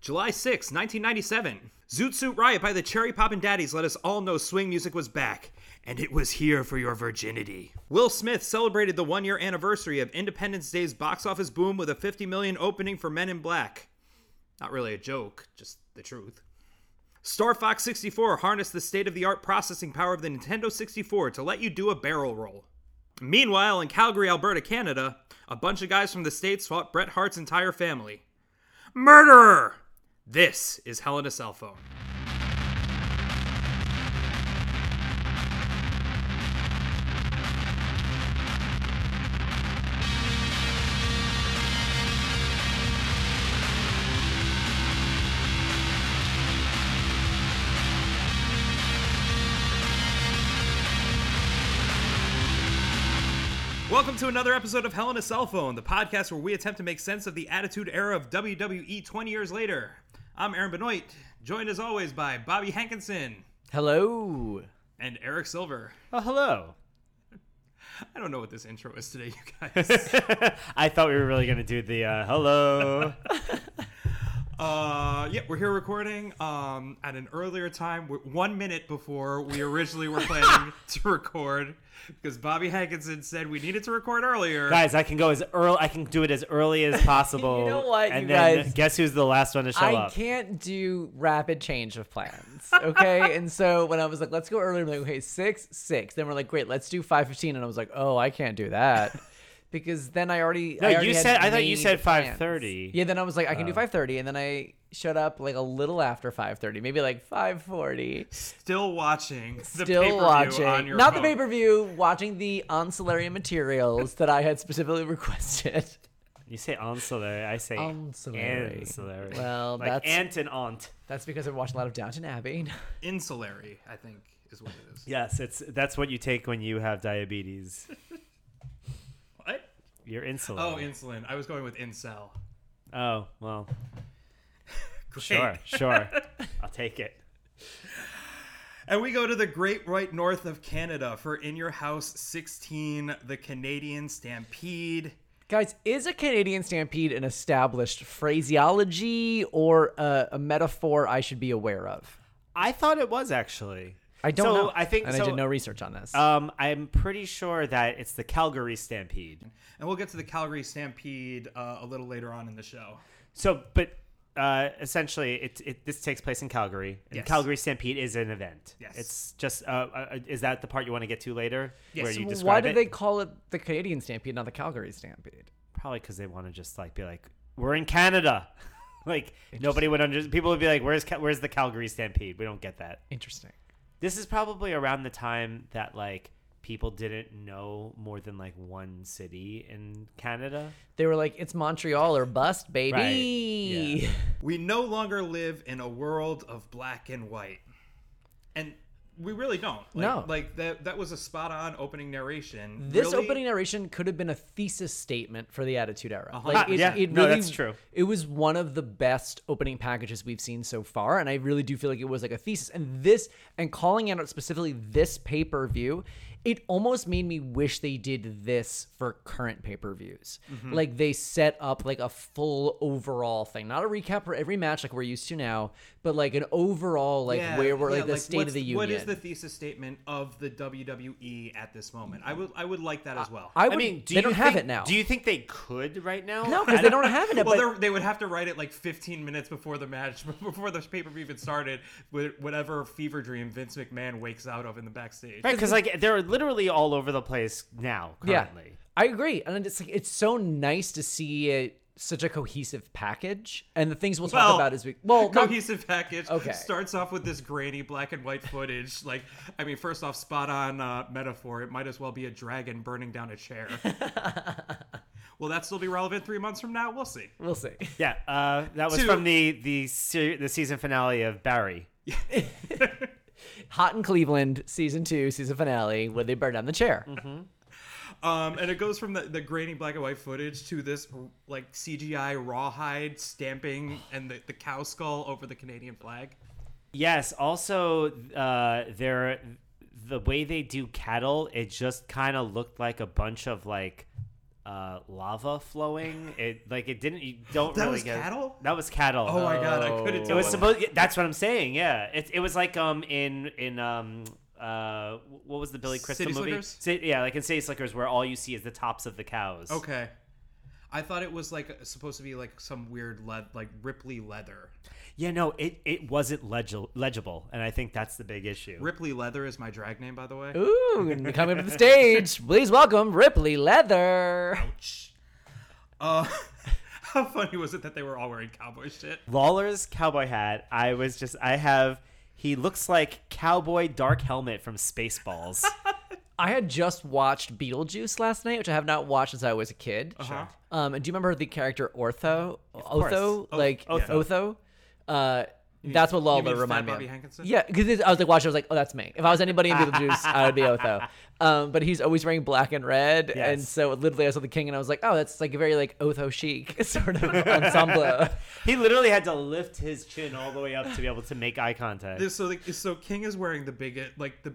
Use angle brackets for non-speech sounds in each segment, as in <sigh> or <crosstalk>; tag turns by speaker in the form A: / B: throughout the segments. A: July 6, 1997. Zoot Suit Riot by the Cherry Poppin' Daddies let us all know swing music was back, and it was here for your virginity. Will Smith celebrated the one year anniversary of Independence Day's box office boom with a 50 million opening for Men in Black. Not really a joke, just the truth. Star Fox 64 harnessed the state of the art processing power of the Nintendo 64 to let you do a barrel roll. Meanwhile, in Calgary, Alberta, Canada, a bunch of guys from the States fought Bret Hart's entire family. Murderer! This is Hell in a Cell Phone. Welcome to another episode of Hell in a Cell Phone, the podcast where we attempt to make sense of the attitude era of WWE 20 years later. I'm Aaron Benoit, joined as always by Bobby Hankinson
B: Hello.
A: and Eric Silver.
B: Oh, hello. <laughs>
A: I don't know what this intro is today, <laughs> you guys.
B: I thought we were really going to do the uh,
C: <laughs>
B: hello.
A: Uh, yeah, we're here recording um, at an earlier time, w- one minute before we originally were <laughs> planning to record, because Bobby Hankinson said we needed to record earlier.
B: guys, I can go as early I can do it as early as possible.
C: <laughs> You know what,
B: and
C: you
B: then
C: guys?
B: guess who's the last one to show
C: I
B: up?
C: can't do rapid change of plans. Okay. and so when I was like, let's go earlier, I'm like, okay, six, six. Then we're like, great, let's do five fifteen. And I was like, oh, I can't do that. Because then I already
B: No,
C: I already
B: you
C: had
B: said- I thought you
C: made
B: said
C: plans.
B: 5:30.
C: Yeah, then I was like, I can do five thirty, and then I showed up like a little after five thirty, maybe like five forty.
A: Still watching the
C: Still
A: pay-per-view
C: watching,
A: on your
C: not the
A: phone.
C: pay per view, watching the ancillary materials that I had specifically <laughs> requested.
B: You say ancillary, I say
C: Ancillary.
B: ancillary.
C: Well,
B: like
C: that's-
B: aunt and aunt.
C: That's because I'm watching a lot of Downton Abbey.
A: Insulary, I think, is what it is.
B: Yes, it's that's what you take when you have diabetes.
A: What?
B: Your insulin.
A: Oh, insulin. I was going with incel.
B: oh, well,
A: Great.
B: sure, sure. I'll take it.
A: And we go to the great right north of Canada for In Your House 16, the Canadian Stampede.
C: Guys, is a Canadian stampede an established phraseology or a, a metaphor I should be aware of?
B: I thought it was actually.
C: I don't
B: So,
C: know.
B: I think
C: and
B: so,
C: I did no research on this.
B: Um, I'm pretty sure that it's the Calgary Stampede.
A: And we'll get to the Calgary Stampede uh, a little later on in the show.
B: So, but uh, essentially, it, it this takes place in Calgary. And
A: Yes.
B: Calgary Stampede is an event.
A: Yes.
B: It's just uh, uh, is that the part you want to get to later?
A: Yes.
B: Where you
C: Well,
B: describe
C: Why do
B: it?
C: they call it the Canadian stampede, not the Calgary stampede?
B: Probably because they want to just like be like, we're in Canada. <laughs> like nobody would under people would be like, where's Ca- where's the Calgary Stampede? We don't get that.
C: Interesting.
B: This is probably around the time that like people didn't know more than like one city in Canada.
C: They were like, it's Montreal or bust, baby.
B: Right. Yeah.
A: We no longer live in a world of black and white. And we really don't. Like,
C: No.
A: Like, that, that was a spot on opening narration.
C: This
A: Really-
C: opening narration could have been a thesis statement for the Attitude Era.
B: Ah, yeah. No, that's true.
C: It was one of the best opening packages we've seen so far, and I really do feel like it was like a thesis. And this, and calling out specifically this pay per view, it almost made me wish they did this for current pay per views. Like they set up like a full overall thing, not a recap for every match like we're used to now, but like an overall like
A: Yeah,
C: where we're
A: yeah,
C: like the state
A: what's-
C: of the union.
A: What is the thesis statement of the WWE at this moment? I would I would like that as well.
C: I, would,
B: I mean, do
C: they
B: you
C: don't have
B: think-
C: it now.
B: Do you think they could right now? <laughs>
C: no, because they don't have it. now,
A: well,
C: but
A: they're- they would have to write it like 15 minutes before the match, <laughs> before the pay per view even started, with whatever fever dream Vince McMahon wakes out of in the backstage.
B: Right, because like they're literally all over the place now. Currently,
C: I agree, and it's like it's so nice to see it such a cohesive package, and the things we'll talk
A: Well,
C: about as we well not-
A: cohesive package
C: Okay.
A: starts off with this grainy black and white footage. Like, I mean, first off, spot on uh, metaphor. It might as well be a dragon burning down a
C: <laughs>
A: chair. Will that still be relevant three months from now? We'll see.
C: we'll see.
B: yeah. Uh, that was
A: Two-
B: from the the se- the season finale of Barry.
C: <laughs> Hot in Cleveland, season two, season finale, where they burn down the chair.
A: Um, and it goes from the, the grainy black and white footage to this like CGI rawhide stamping and the, the cow skull over the Canadian flag.
B: Yes. Also, uh, they're the way they do cattle. It just kind of looked like a bunch of like uh, lava flowing. It like it didn't. You don't
A: That
B: really
A: was
B: get
A: cattle?
B: That was cattle.
A: Oh my god, I couldn't
B: It
A: tell.
B: was
A: what-
B: supposed. That's what I'm saying. Yeah, it, it was like um in in um uh what was the Billy Crystal
A: City
B: movie?
A: Slickers?
B: Ci- yeah, like in City Slickers, where all you see is the tops of the cows.
A: Okay. I thought it was like supposed to be like some weird lead, like Ripley leather.
B: Yeah, no, it it wasn't legible, legible, and I think that's the big issue.
A: Ripley leather is my drag name, by the way.
C: Ooh, coming to the stage. Please welcome Ripley Leather.
A: Uh, <laughs> how funny was it that they were all wearing cowboy shit?
B: Lawler's cowboy hat. I was just. I have. He looks like cowboy dark helmet
A: <laughs>
B: from Spaceballs.
C: I had just watched Beetlejuice last night, which I have not watched since I was a kid.
A: Sure.
C: Um, and do you remember the character Ortho?
B: course.
C: Otho? like
B: Otho.
C: Otho? Uh, that's what Lawler
A: mean
C: reminded
A: Fat
C: me.
A: Bobby
C: of.
A: Hankinson?
C: Yeah, because I was like watching, I was like, oh, that's me. If I was anybody in Beetlejuice, I would be Otho. Um, but he's always wearing black and red, and
B: Yes.
C: so literally I saw the king, and I was like, oh, that's like a very like Otho chic <laughs> sort of ensemble.
B: he literally had to lift his chin all the way up to be able to make eye contact.
A: This, so, like, so King is wearing the bigot, like the.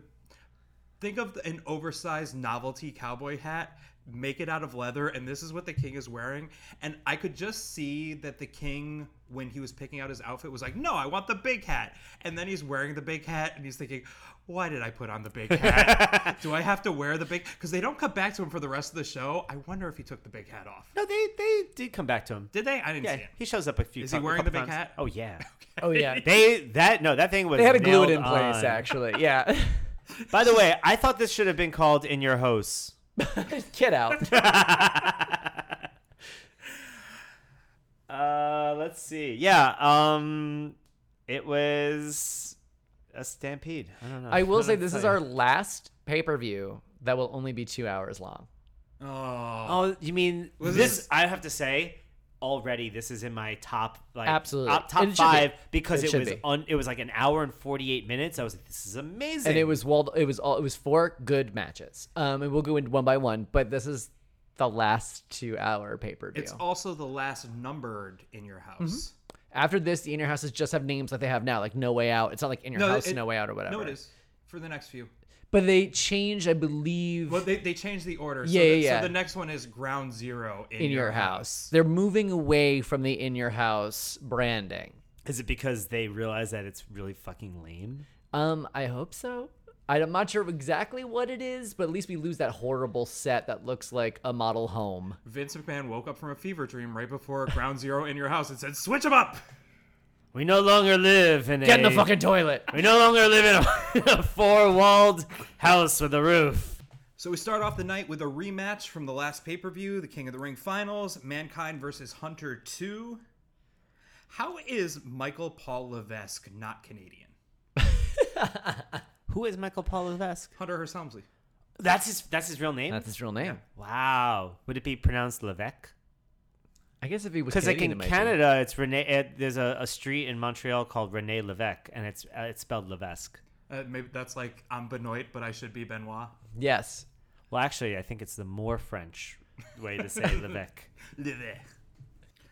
A: Think of an oversized novelty cowboy hat, make it out of leather, and this is what the King is wearing. And I could just see that the King, when he was picking out his outfit, was like, "No, I want the big hat." And then he's wearing the big hat, and he's thinking, "Why did I put on the big
B: <laughs>
A: hat? Do I have to wear the big?" Because they don't come back to him for the rest of the show. I wonder if he took the big hat off.
B: <laughs> no, they they did come back to him.
A: Did they? I didn't
B: Yeah,
A: see it.
B: he shows up a few.
A: Is he
B: cou- a
A: wearing the
B: couple
A: big
B: times.
A: hat? <laughs>
B: Oh yeah.
C: oh yeah,
B: They that no that thing was
C: they had to glue it
B: nailed
C: in place
B: on.
C: actually. Yeah, <laughs>
B: By the way, I thought this should have been called in your <laughs> hosts.
C: get out.
B: Uh, let's see. Yeah, um, it was a stampede. I don't know.
C: I will
B: don't
C: say
B: know
C: this
B: what
C: is
B: to
C: our
B: tell you.
C: last pay per view that will only be two hours long.
A: Oh,
B: Oh, you mean
A: Was
B: this?
A: this-
B: I have to say, already this is in my top like
C: Absolutely.
B: op- top
C: And it should be.
B: five because
C: It
B: it,
C: should
B: was
C: be.
B: un, it was like an hour and forty eight minutes. I was like, this is amazing.
C: And it was well, it was all it was four good matches. Um, and we'll go into one by one, but this is the last two hour pay per view.
A: It's also the last numbered in your house.
C: After this, the inner houses just have names like they have now, like No Way Out. It's not like Inner House,
A: it-
C: No Way Out, or whatever.
A: No, it is for the next few.
C: But they changed, I believe,
A: Well, they, they changed the order. So
C: Yeah,
A: the,
C: yeah, yeah.
A: So the next one is Ground Zero in,
C: In Your, house. They're moving away from the In Your House branding.
B: Is it because they realize that it's really fucking lame?
C: Um, I hope so. I- I'm not sure exactly what it is, but at least we lose that horrible set that looks like a model home.
A: Vince McMahon woke up from a fever dream right before Ground Zero in your house and said, "Switch them up."
B: We no longer live in
C: Get in
B: a
C: the fucking toilet.
B: We no longer live in a, <laughs> four walled house with a roof.
A: So we start off the night with a rematch from the last pay per view, the King of the Ring finals, Mankind versus Hunter Two. How is Michael Paul Levesque not Canadian?
B: Who is Michael Paul Levesque?
A: Hunter Hearst Helmsley.
B: That's his. That's his real name.
C: That's his real name.
B: wow. Would it be pronounced Levesque?
C: I guess if he was
B: Because like
C: Canadian,
B: in
C: it might be.
B: Canada, it's Rene. It, there's a, a street in Montreal called Rene Levesque, and it's uh, it's spelled Levesque.
A: Uh, maybe that's like I'm Benoit, but I should be Benoit.
C: Yes.
B: Well, actually, I think it's the more French way
C: <laughs>
B: to say Levesque.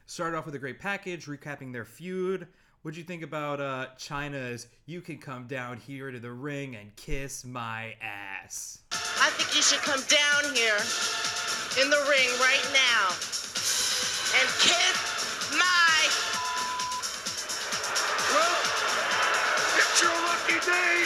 A: Started off with a great package, recapping their feud. What'd you think about uh, China's "You can come down here to the ring and kiss my ass"?
D: I think you should come down here in the ring right now and kiss my.
E: Well, it's your lucky day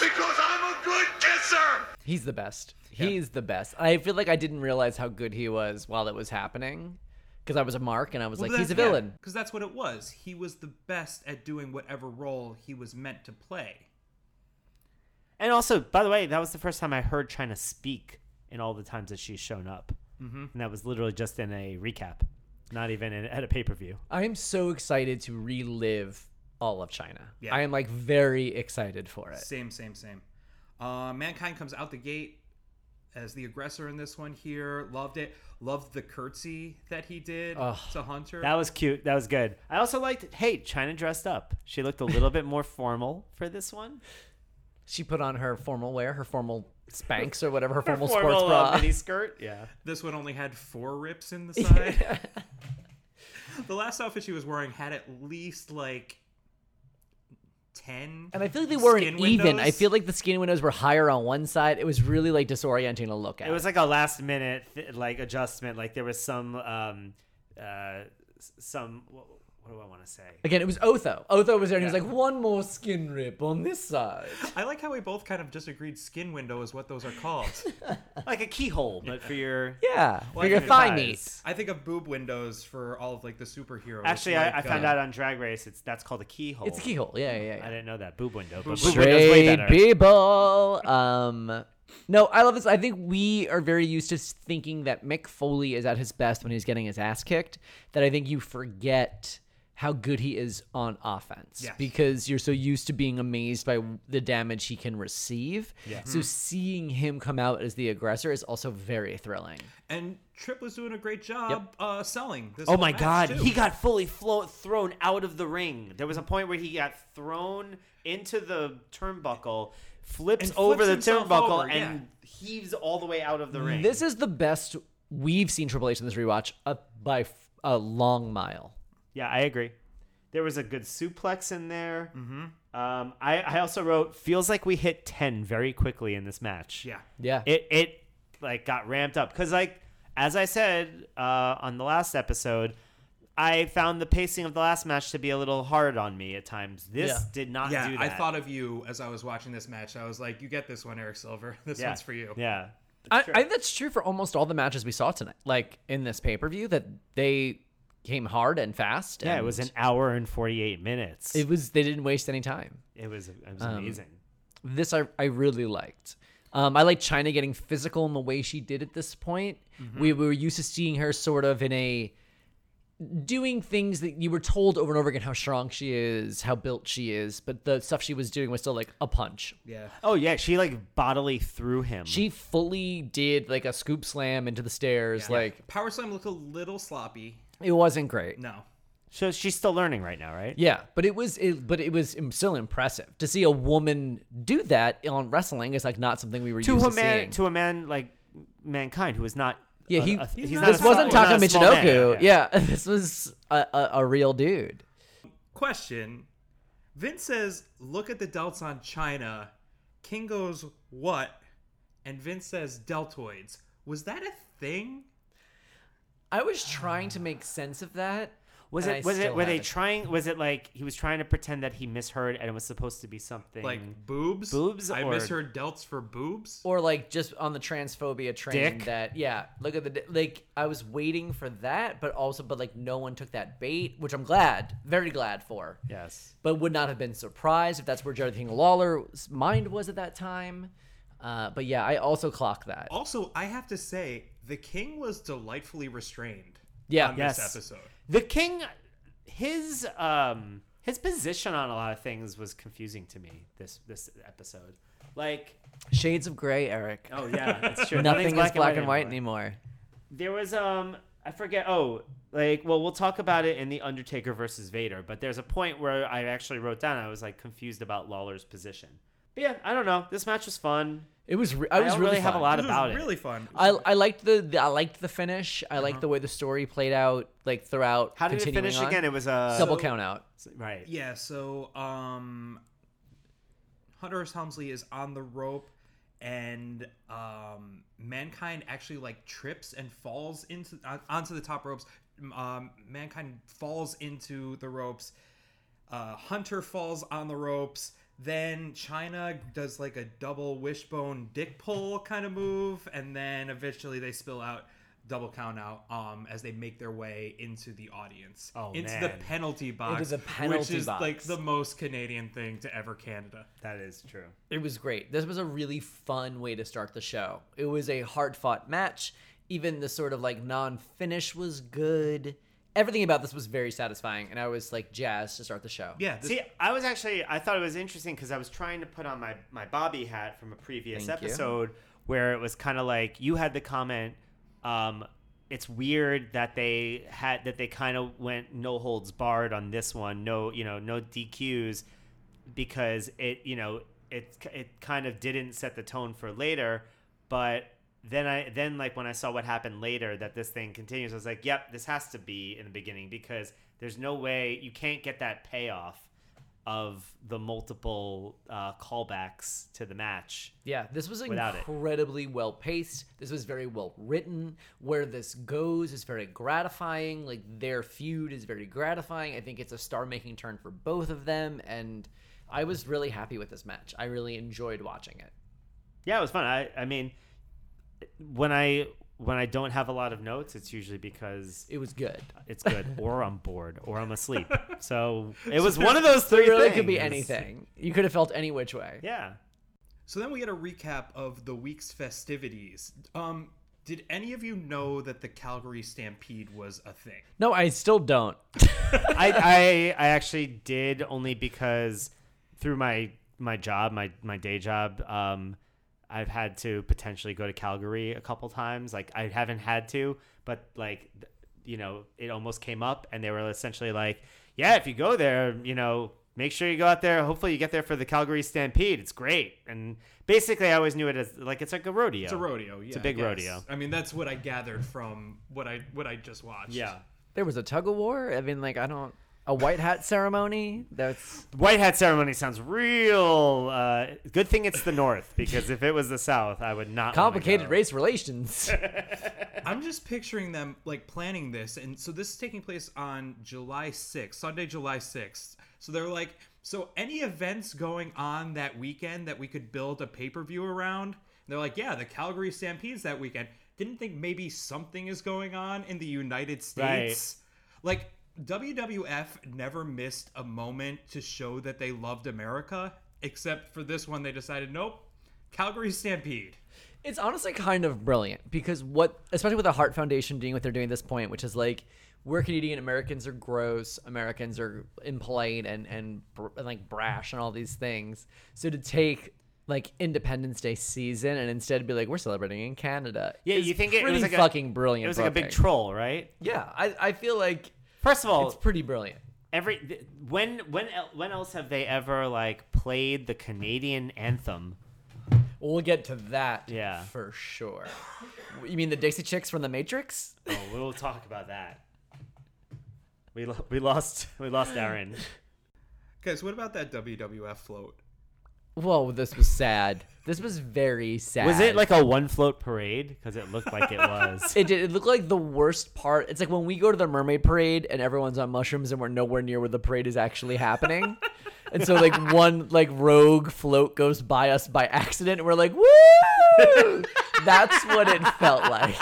E: because I'm a good kisser.
C: He's the best. He's the best. I feel like I didn't realize how good he was while it was happening because I was a mark and I was like, he's a villain.
A: because that's what it was. He was the best at doing whatever role he was meant to play.
B: And also, by the way, that was the first time I heard China speak in all the times that she's shown up, mm-hmm. and that was literally just in a recap, not even in, at a pay per view.
C: I am so excited to relive all of China.
A: Yeah.
C: I am like very excited for it.
A: Same, same, same. Uh, Mankind comes out the gate as the aggressor in this one here. Loved it. Loved the curtsy that he did to Hunter.
B: That was cute. That was good. I also liked. Hey, China dressed up. She looked a little <laughs> bit more formal for this one.
C: She put on her formal wear, her formal Spanx or whatever, her formal, sports
B: Formal,
C: <laughs>
B: uh,
C: bra.
B: mini skirt. Yeah.
A: This one only had four rips in the
C: <laughs>
A: side. the last outfit she was wearing had at least like ten.
C: And I feel like they weren't
A: skin
C: even. I
A: windows.
C: feel like the skin windows were higher on one side. It was really like disorienting to look at.
B: It was like a last minute th- like adjustment. Like there was some um uh s- some what, what do I want to say? <laughs>
C: Again, it was Otho. Otho was there, and he was like, "One more skin rip on this side."
A: I like how we both kind of disagreed. Skin window is what those are called.
C: <laughs>
B: Like a keyhole, but for your
C: Yeah,
A: Well,
C: for your
A: I-
C: thigh
B: thighs.
C: meat.
A: I think of boob windows for all of like the superheroes.
B: Actually, I, I
A: like,
B: found
A: uh,
B: out on Drag Race it's that's called a keyhole.
C: It's a keyhole. Yeah, yeah,
B: I
C: yeah.
B: didn't know that boob window, but boob window's way
C: Straight
B: better.
C: people. Um, no, I love this. I think we are very used to thinking that Mick Foley is at his best when he's getting his ass kicked. That I think you forget how good he is on offense
A: Yes.
C: because you're so used to being amazed by the damage he can receive. Yeah. So seeing him come out as the aggressor is also very thrilling.
A: And Trip was doing a great job uh, selling. This
B: Oh
A: whole
B: my
A: match,
B: god,
A: too.
B: he got fully flo- thrown out of the ring. There was a point where he got thrown into the turnbuckle, flips
A: And
B: over
A: flips
B: the
A: himself
B: turnbuckle,
A: over,
B: and heaves all the way out of the ring.
C: This is the best we've seen Triple H in this rewatch up by f- a long mile.
B: Yeah, I agree. There was a good suplex in there. Mm-hmm. Um, I, I also wrote feels like we hit ten very quickly in this match.
A: Yeah.
C: Yeah.
B: it it like got ramped up because like as I said uh, on the last episode, I found the pacing of the last match to be a little hard on me at times. This
C: Yeah.
B: did not
A: Yeah,
B: do that.
A: I thought of you as I was watching this match. I was like, "You get this one, Eric Silver. <laughs> This
B: yeah.
A: one's for you."
B: Yeah.
C: I, I think that's true for almost all the matches we saw tonight. Like in this pay per view, that they came hard and fast.
B: Yeah, it
C: and
B: was an hour and forty eight minutes.
C: It um,
B: It,
C: was. They didn't waste any time.
B: was it was amazing.
C: This I I really liked. Um, I like China getting physical in the way she did at this point.
B: Mm-hmm.
C: We, we were used to seeing her sort of in a doing things that you were told over and over again how strong she is, how built she is, but the stuff she was doing was still like a punch.
A: Yeah.
B: Oh yeah, she like bodily threw him.
C: She fully did like a scoop slam into the stairs. Like
A: Power Slam looked a little sloppy.
C: it wasn't great.
A: No.
B: so she's still learning right now, right?
C: Yeah, but it was it, but it was im- still impressive to see a woman do that on wrestling is like not something we were
B: to
C: used
B: a
C: to
B: man
C: seeing.
B: to a man like mankind who is not
C: yeah,
B: a-
C: he
B: a- he's
A: not
B: not
A: a
B: a
C: this
B: small-
C: wasn't
B: he's not
C: Taka
B: a small man.
C: Michinoku. Yeah, <laughs> this was a, a, a real dude.
A: Question: Vince says, "Look at the delts on China." King goes, "What?" And Vince says, "Deltoids." Was that a thing?
C: I was trying to make sense of that.
B: Was
C: and
B: it
C: I
B: was it
C: still
B: were they
C: haven't.
B: trying was it like he was trying to pretend that he misheard and it was supposed to be something
A: Like boobs?
B: Boobs
A: I
B: or-
A: misheard delts for boobs.
C: or like just on the transphobia train
B: Dick.
C: that yeah look at the di- like i was waiting for that but also but like no one took that bait which i'm glad very glad for
B: Yes.
C: but would not have been surprised if that's where Jared King Lawler's mind was at that time. Uh, but yeah, I also clock that.
B: Oh,
A: Also, I have to say, the King was delightfully restrained
C: Yeah,
A: on this
B: Yes.
A: episode.
B: The king his um his position on a lot of things was confusing to me this this episode. Like
C: shades of gray, Eric.
B: oh yeah, it's <laughs> true.
C: Nothing is
B: Nothing's
C: black, and white anymore.
B: There was um I forget oh like well we'll talk about it in the Undertaker versus Vader, but there's a point where I actually wrote down I was like confused about Lawler's position. But yeah, I don't know. This match was fun.
C: It was. Re-
B: I,
C: I was
B: don't
C: really,
B: really, have a
C: fun.
B: lot
A: This was
B: about it.
A: really fun.
C: I, I liked the, the I liked the finish. I liked the way the story played out, like throughout.
B: Uh-huh. How did it
C: continuing
B: finish
C: on.
B: again? It was a
C: Double count out.
B: right.
A: Yeah, so um Hunter S. Helmsley is on the rope and um mankind actually like trips and falls into on onto the top ropes. Um mankind falls into the ropes. Uh Hunter falls on the ropes. Then China does like a double wishbone dick pull kind of move and then eventually they spill out double count out um as they make their way into the audience
B: Oh,
A: into
B: man.
A: the penalty box
C: Into the
A: which
C: penalty
A: is
C: box.
A: like the most Canadian thing to ever Canada.
B: That is true.
C: It was great. This was a really fun way to start the show. It was a hard fought match. Even the sort of like non finish was good. Everything about this was very satisfying, and I was like jazzed to start the show.
A: Yeah, this,
B: See, I was actually I thought it was interesting because I was trying to put on my my Bobby hat from a previous
C: Thank you.
B: episode where it was kind of like you had the comment. Um, it's weird that they had that they kind of went no holds barred on this one. No, you know, no DQs because it you know it it kind of didn't set the tone for later, but. Then I then like when I saw what happened later that this thing continues, I was like, "Yep, this has to be in the beginning because there's no way you can't get that payoff of the multiple uh, callbacks to the match.
C: Yeah, this was
B: Without it.
C: incredibly well paced. This was very well written. Where this goes is very gratifying. Like their feud is very gratifying. I think it's a star making turn for both of them, and I was really happy with this match. I really enjoyed watching it.
B: Yeah, it was fun. I, I mean, when I when I don't have a lot of notes, it's usually because
C: It was good.
B: it's
C: <laughs>
B: good, or I'm bored, or I'm asleep. So it was one of those three.
C: It really could be
B: things.
C: anything. You could have felt any which way.
B: Yeah.
A: So then we get a recap of the week's festivities. Um, did any of you know that the Calgary Stampede was a thing?
C: No, I still don't.
B: I, I I actually did only because through my my job my my day job um I've had to potentially go to Calgary a couple times like I haven't had to but like th- you know it almost came up and they were essentially like yeah if you go there you know make sure you go out there hopefully you get there for the Calgary Stampede it's great and basically I always knew it as like it's like a rodeo
A: It's a rodeo. Yeah,
B: a
A: I
B: big
A: guess.
B: rodeo.
A: I mean, that's what I gathered from what I what I just watched.
B: yeah
C: <laughs> There was a tug of war. I mean, like I don't. A white hat ceremony. That's oh
B: White hat ceremony sounds real. Uh, good thing it's the North because if it was the South, I would not. wanna
C: complicated
B: go.
C: race relations. <laughs>
A: I'm just picturing them like planning this, and so this is taking place on July 6th, Sunday, July 6th. So they're like, so any events going on that weekend that we could build a pay per view around? And they're like, yeah, the Calgary Stampede's that weekend. Didn't think maybe something is going on in the United States. Like WWF never missed a moment to show that they loved America, except for this one, they decided, nope, Calgary Stampede.
C: It's honestly kind of brilliant because what, especially with the Heart Foundation doing what they're doing at this point, which is like we're Canadian Americans are gross, Americans are impolite and and, br- and like brash and all these things. So to take like Independence Day season and instead be like we're celebrating in Canada.
B: Yeah,
C: is
B: you think it, it
C: pretty
B: was like
C: fucking
B: a,
C: brilliant.
B: It was like a big
C: booking.
B: troll, right?
C: Yeah, I I feel like
B: First of all,
C: it's pretty brilliant.
B: every th- when when el- when else have they ever like played the Canadian anthem?
C: We'll get to that.
B: Yeah.
C: for sure. You mean the Dixie Chicks from the Matrix?
B: Oh, we'll talk about that. We lo- we lost we lost Aaron.
A: Guys, what about that WWF float?
C: Whoa, this was sad. This was very sad.
B: Was it like a one float parade? Because it looked like it <laughs> was.
C: It did. It looked like the worst part. It's like when we go to the mermaid parade and everyone's on mushrooms and we're nowhere near where the parade is actually <laughs> happening. and so like one like rogue float goes by us by accident and we're like, <laughs> woo! That's what it felt like.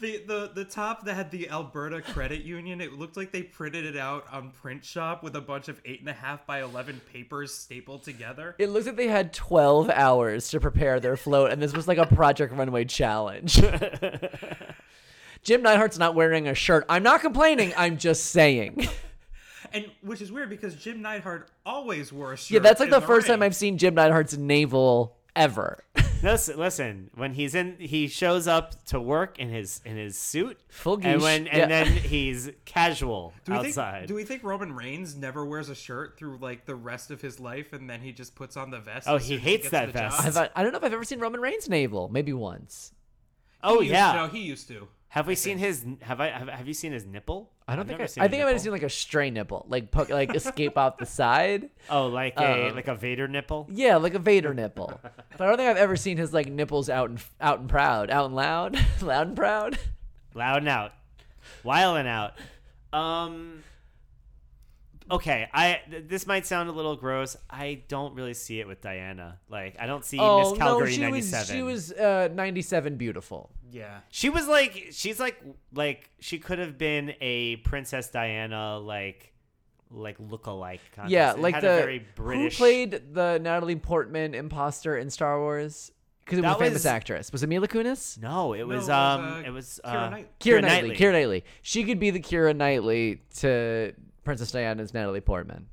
A: The, the the top that had the Alberta Credit <laughs> Union, it looked like they printed it out on print shop with a bunch of eight and a half by eleven papers stapled together.
C: It looks like they had 12 hours to prepare their float, and this was like a Project Runway
B: <laughs>
C: challenge. Jim Neidhart's not wearing a shirt. I'm not complaining. I'm just saying.
A: And which is weird because Jim Neidhart always wore a shirt.
C: Yeah, that's like
A: in
C: the first time
A: ring.
C: I've seen Jim Neidhart's navel
B: <laughs>
C: ever.
B: No, s- listen. When he's in, he shows up to work in his in his suit,
C: Full
B: and
C: geesh,
B: when and
C: yeah.
B: then he's casual
A: <laughs> Do we
B: outside.
A: Think, do we think Roman Reigns never wears a shirt through like the rest of his life, and then he just puts on the vest?
B: Oh,
A: as
B: he
A: soon as
B: hates
A: gets
B: that
A: the job?
B: vest.
C: I've, I don't know if I've ever seen Roman Reigns' navel. Maybe once.
B: oh
A: He used-
B: yeah.
A: no, he used to.
B: have we seen his? Have I? Have, have you seen his nipple?
C: I don't think
B: never
C: I.
B: seen
C: I
B: a
C: think I might have
B: nipple.
C: seen like a stray nipple, like poke, like escape off the side.
B: Oh, like a
C: Uh,
B: like a Vader nipple.
C: Yeah, like a Vader
B: <laughs>
C: nipple. But I don't think I've ever seen his like nipples out and out and proud, out and loud, <laughs> loud and proud.
B: Loud and out, wild and out. Um. Okay, I th- this might sound a little gross. I don't really see it with Diana. Like I don't see Miss Calgary
C: Oh, she
B: '97.
C: was she was uh, 97 beautiful.
A: Yeah.
B: She was like she's like like she could have been a Princess Diana like like lookalike kind of
C: yeah,
B: It
C: like
B: had
C: the
B: a very British
C: who played the Natalie Portman imposter in Star Wars because it was
B: That
C: a famous
B: was-
C: actress. Was it Mila Kunis?
B: No, it was
A: No, it was,
B: um
A: uh,
B: it was
A: Keira
B: uh,
A: Knight-
C: Kira, Knightley. Kira Knightley. She could be the Kira Knightley to Princess Diana's Natalie Portman.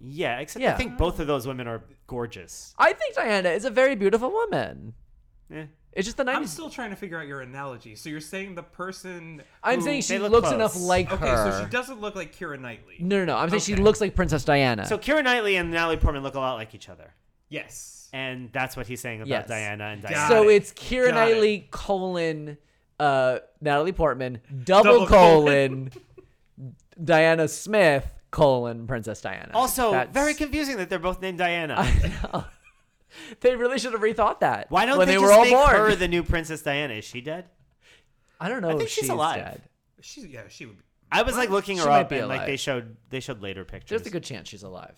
B: Yeah, except I
C: Yeah.
B: think both of those women are gorgeous.
C: I think Diana is a very beautiful woman.
B: Eh.
C: It's just the 90s.
A: I'm still trying to figure out your analogy. So you're saying the person?
C: I'm
A: who-
C: saying she
B: they look
C: looks enough
B: close.
C: like
A: Okay,
C: her.
A: so she doesn't look like Kira Knightley.
C: No, no, no. I'm saying she
A: Okay.
C: looks like Princess Diana.
B: So Kira Knightley and Natalie Portman look a lot like each other.
A: Yes.
B: And that's what he's saying about
C: Yes.
B: Diana and
A: Got
B: Diana.
C: So
A: it.
C: it's Kira
A: Got
C: Knightley colon uh, Natalie Portman double,
A: Double
C: colon Diana Smith colon Princess Diana.
B: Also,
C: That's-
B: very confusing that they're both named Diana.
C: <laughs> They really should have rethought that.
B: Why don't
C: when
B: they,
C: they
B: just
C: were all
B: make
C: born?
B: her the new Princess Diana? Is she dead?
C: I don't know.
B: think
C: if
B: she's
C: she's
B: alive.
C: Dead.
A: She, yeah, she would. Be.
B: I was like looking
C: She
B: her
C: might
B: up,
C: be
B: and like
C: alive.
B: they showed they showed later pictures.
C: There's a good chance she's alive.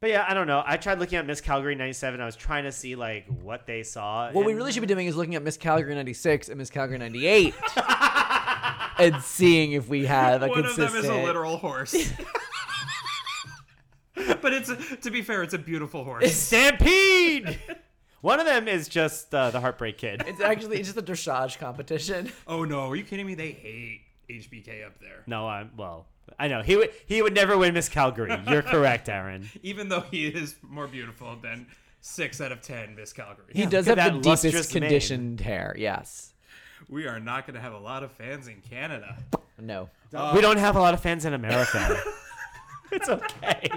B: But yeah, I don't know. I tried looking at Miss Calgary '97. I was trying to see like what they saw.
C: What we
B: and-
C: really should be doing is looking at Miss Calgary 96 and Miss Calgary 98 and seeing if we have a
A: One
C: consistent.
A: of them is a literal horse. <laughs> but it's a- to be fair, it's a beautiful horse.
B: <laughs> stampede. <laughs> One of them is just uh, the Heartbreak Kid.
C: It's actually it's just a dressage
B: <laughs>
C: competition.
A: oh no, are you kidding me? They hate HBK up there,
B: No, I'm well. I know he would he would never win Miss Calgary.
C: <laughs>
B: You're correct, Aaron.
A: even though he is more beautiful than six out of ten Miss Calgary.
C: He does
B: look
C: have
B: at
C: the
B: that
C: deepest
B: lustrous mane.
C: conditioned hair. Yes.
A: We are not going to have a lot of fans in Canada.
C: No.
B: we don't have a lot of fans in
C: <laughs>
B: America. it's okay.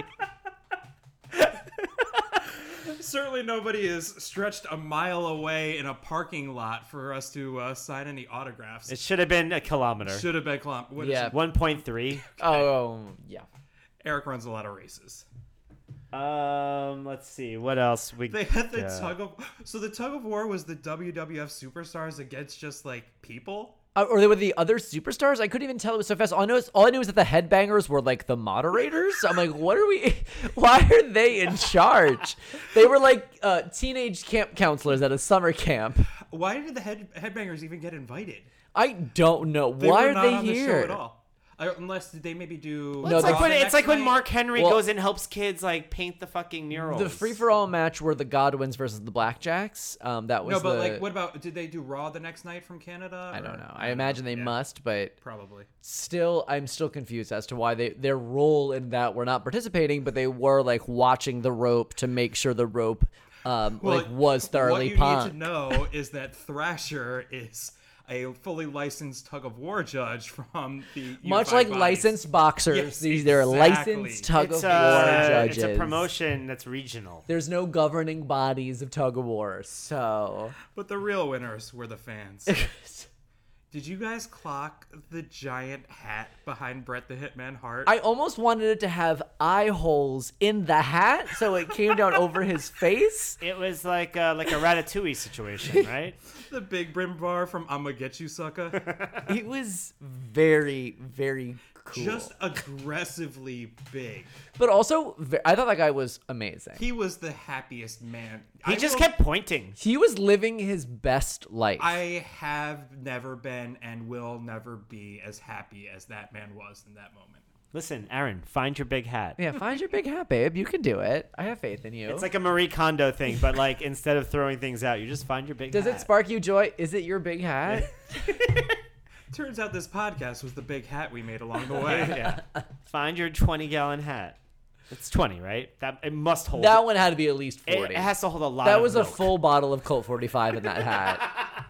A: Certainly, nobody is stretched a mile away in a parking lot for us to uh, sign any autographs.
B: It should have been a kilometer.
A: should have been clump. What is
C: Yeah.
A: it?
B: 1.3.
C: Oh yeah.
A: Eric runs a lot of races.
B: Um, let's see what else we.
A: They had the
B: Yeah.
A: tug of so the tug of war was the WWF superstars against just like people.
C: Uh, or they were the other superstars. I couldn't even tell it was so fast. All I know is all I knew is that the headbangers were like the moderators. I'm like, what are we? <laughs> Why are they in charge? They were like uh, teenage camp counselors at a summer camp.
A: Why did the head headbangers even get invited?
C: I don't know.
A: They
C: Why
A: were
C: are
A: not
C: they
A: on
C: here?
A: the show at all? I, unless did they maybe do
C: No,
B: it's
C: they-
B: like,
A: Raw
B: when,
A: the
B: it's
A: next
B: like when
A: night?
B: Mark Henry
C: Well-
B: goes and helps kids like paint the fucking murals.
C: The free for all match were the Godwins versus the Blackjacks. Um, that was
A: No, but
C: the-
A: like what about did they do Raw the next night from Canada?
C: I don't know. I imagine they must, but
A: Probably.
C: still, I'm still confused as to why they their role in that were not participating, but they were like watching the rope to make sure the rope um, like was
A: What
C: thoroughly
A: you
C: punked.
A: need to
C: <laughs>
A: know is that Thrasher is a fully licensed tug of war judge from the unified
C: Much like
A: bodies.
C: licensed boxers,
A: Yes,
C: these they're
A: exactly.
C: licensed tug
B: it's
C: of
B: a,
C: war judges.
B: It's a promotion that's regional.
C: There's no governing bodies of tug of war,
B: <laughs>
C: so
A: But the real winners were the fans. Did you guys clock the giant hat behind Brett the Hitman Hart?
C: I almost wanted it to have eye holes in the hat, so it came down over
A: <laughs>
C: his face.
B: It was like uh, like a ratatouille
C: <laughs>
B: situation, right?
A: the big brim bar from I'ma Get You
B: <laughs>
A: Sucker.
C: It was very, very cool.
A: Just aggressively big.
C: but also, ve- I thought that guy was amazing.
A: He was the happiest man.
B: He
A: I
B: just
A: will-
B: kept pointing.
C: He was living his best life.
A: I have never been and will never be as happy as that man was in that moment.
B: Listen, Aaron, find your big hat.
C: yeah, find your big hat, babe. You can do it. I have faith in you.
B: It's like a Marie Kondo thing, but like instead of throwing things out, you just find your big
C: does
B: hat.
C: it spark you joy? Is it your big hat?
A: Turns out this podcast was the big hat we made along the way.
B: <laughs> <laughs> yeah. Find your 20 gallon hat. It's 20, right? That it must hold.
C: <laughs> that one had to be at least
B: it,
C: 40.
B: it has to hold a lot.
C: that
B: of
C: was a
B: milk.
C: full bottle of Colt 45
A: <laughs>
C: in that hat.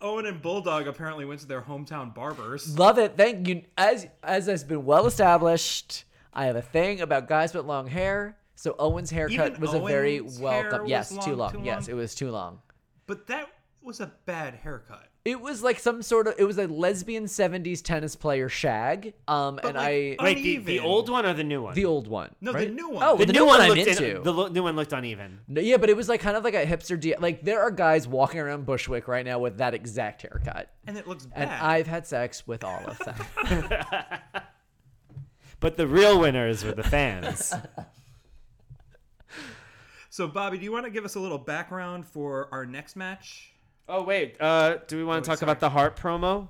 A: Owen and Bulldog apparently went to their hometown barbers.
C: Love it. Thank you. As as has been well established, I have a thing about guys with long hair. So Owen's haircut
A: Even
C: was a very
A: Owen's hair
C: welcome.
A: was
C: Yes, too
A: long,
C: long.
A: too
C: Yes,
A: long?
C: it was too long.
A: But that was a bad haircut.
C: It was like some sort of. It was a lesbian '70s tennis player shag. Um,
A: like,
C: and I
B: Wait, the, the
A: uneven.
B: old one or the new one?
C: the old one.
A: No, the
C: right?
A: new one.
C: Oh,
A: The
C: the, new, one, I'm
B: looked in-
C: into.
B: the lo- new one looked uneven.
C: No, yeah, but it was like kind of like a hipster deal. Like there are guys walking around Bushwick right now with that exact haircut,
A: And it looks bad.
C: and I've had sex with all of them. <laughs>
B: But the real winners were the
C: <laughs>
B: fans.
A: So, Bobby, do you want to give us a little background for our next match?
B: oh wait, uh, do we
C: Oh,
B: want to talk
A: sorry.
B: about the heart promo?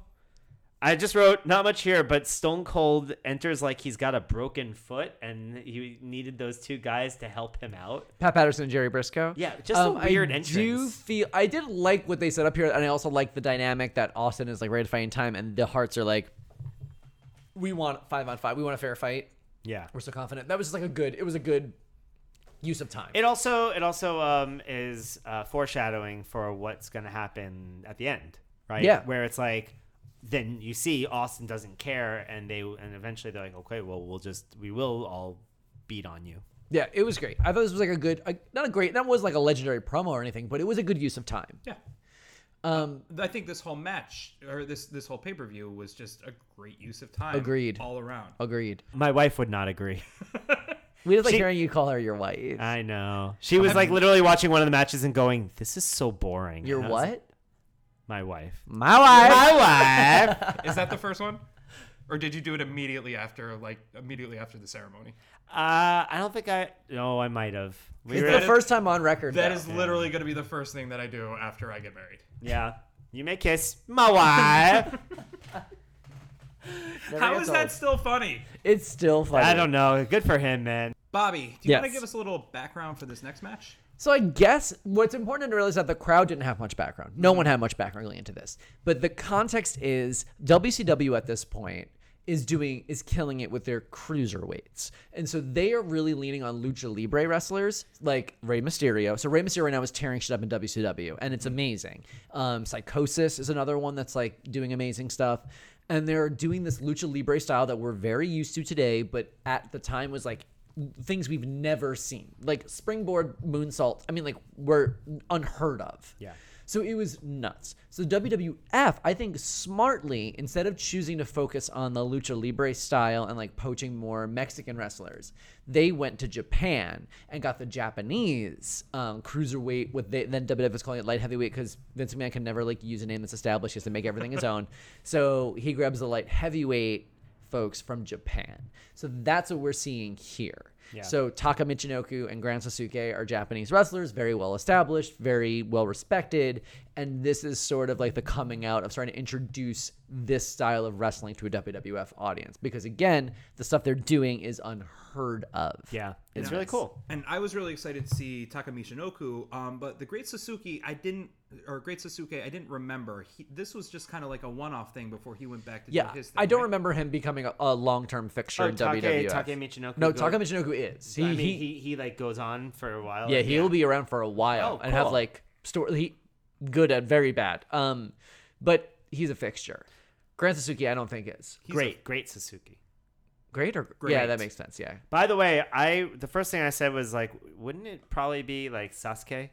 B: I just wrote not much here, but Stone Cold enters like he's got a broken foot, and he needed those two guys to help him out.
C: Pat Patterson and Jerry Briscoe. Um,
B: Yeah, just a weird
C: I do
B: entrance.
C: feel I did like what they set up here, and I also like the dynamic that Austin is like ready to fight in time, and the Hearts are like, we want five on five, we want a fair fight.
B: Yeah,
C: We're so confident. That was just like a good. It was a good use of time.
B: It also it also um, is uh, foreshadowing for what's going to happen at the end, right?
C: Yeah.
B: Where it's like, then you see Austin doesn't care, and they and eventually they're like, okay, well we'll just we will all beat on you.
C: yeah, it was great. I thought this was like a good, a, not a great. That was like a legendary promo or anything, but it was a good use of time.
A: Yeah.
C: Um,
A: I think this whole match or this this whole pay per view was just a great use of time.
C: Agreed.
A: All around.
C: agreed.
B: My wife would not agree. <laughs>
C: We just like
B: She-
C: hearing you call her your wife.
B: I know. She was like literally watching one of the matches and going, "This is so boring."
C: your
B: And I was like,
C: what?
B: My wife.
C: My wife.
B: My
C: <laughs>
B: wife.
A: Is that the first one? Or did you do it immediately after, like immediately after the ceremony?
B: Uh, I don't think I. No, I might have. We
C: It's
B: were,
C: the
A: That is-
C: first time on record.
A: That
C: though.
A: is literally going to be the first thing that I do after I get married.
B: yeah. You may kiss my
C: <laughs>
B: wife.
C: Never
A: How
C: gets
A: is that
C: old.
A: still funny?
C: It's still funny.
B: I don't know. Good for him, man.
A: Bobby, do you want to
C: Yes.
A: give us a little background for this next match?
C: So I guess what's important to realize is that the crowd didn't have much background. No one had much background going into this. But the context is WCW at this point is doing is killing it with their cruiserweights. And so they are really leaning on lucha libre wrestlers like Rey Mysterio. So Rey Mysterio right now is tearing shit up in WCW and it's amazing. Um, Psychosis is another one that's like doing amazing stuff. And they're doing this lucha libre style that we're very used to today, but at the time was like things we've never seen, like springboard moonsault. I mean, like were unheard of. Yeah. So it was nuts. So WWF, I think, smartly instead of choosing to focus on the lucha libre style and like poaching more Mexican wrestlers, they went to Japan and got the Japanese um, cruiserweight. With they, then WWF is calling it light heavyweight because Vince McMahon can never like use a name that's established. He has to make everything his own. So he grabs the light heavyweight folks from Japan. So that's what we're seeing here. So Taka Michinoku and Gran Sasuke are Japanese wrestlers, very well established, very well respected, and this is sort of like the coming out of starting to introduce this style of wrestling to a WWF audience because again, the stuff they're doing is unheard of.
B: Yeah, it's really cool.
A: And I was really excited to see Takamishinoku, um, but the Great Suzuki, I didn't, or Great Sasuke, I didn't remember. He, this was just kind of like a one-off thing before he went back to
C: Yeah,
A: do his thing.
C: I don't
A: right?
C: remember him becoming a, a long-term fixture
B: Oh,
C: in
B: Take-
C: WWF.
B: Take Michinoku go-
C: No, Taka Michinoku is. He,
B: I mean,
C: he,
B: he, he like goes on for a while.
C: Yeah, he'll be around for a while
B: Oh,
C: and have
B: cool.
C: like story. He good at very bad. Um, but he's a fixture. Gran Suzuki, I don't think is
B: great, great Suzuki.
C: great or yeah, that makes sense. Yeah,
B: By the way, I the first thing I said was like, wouldn't it probably be like Sasuke?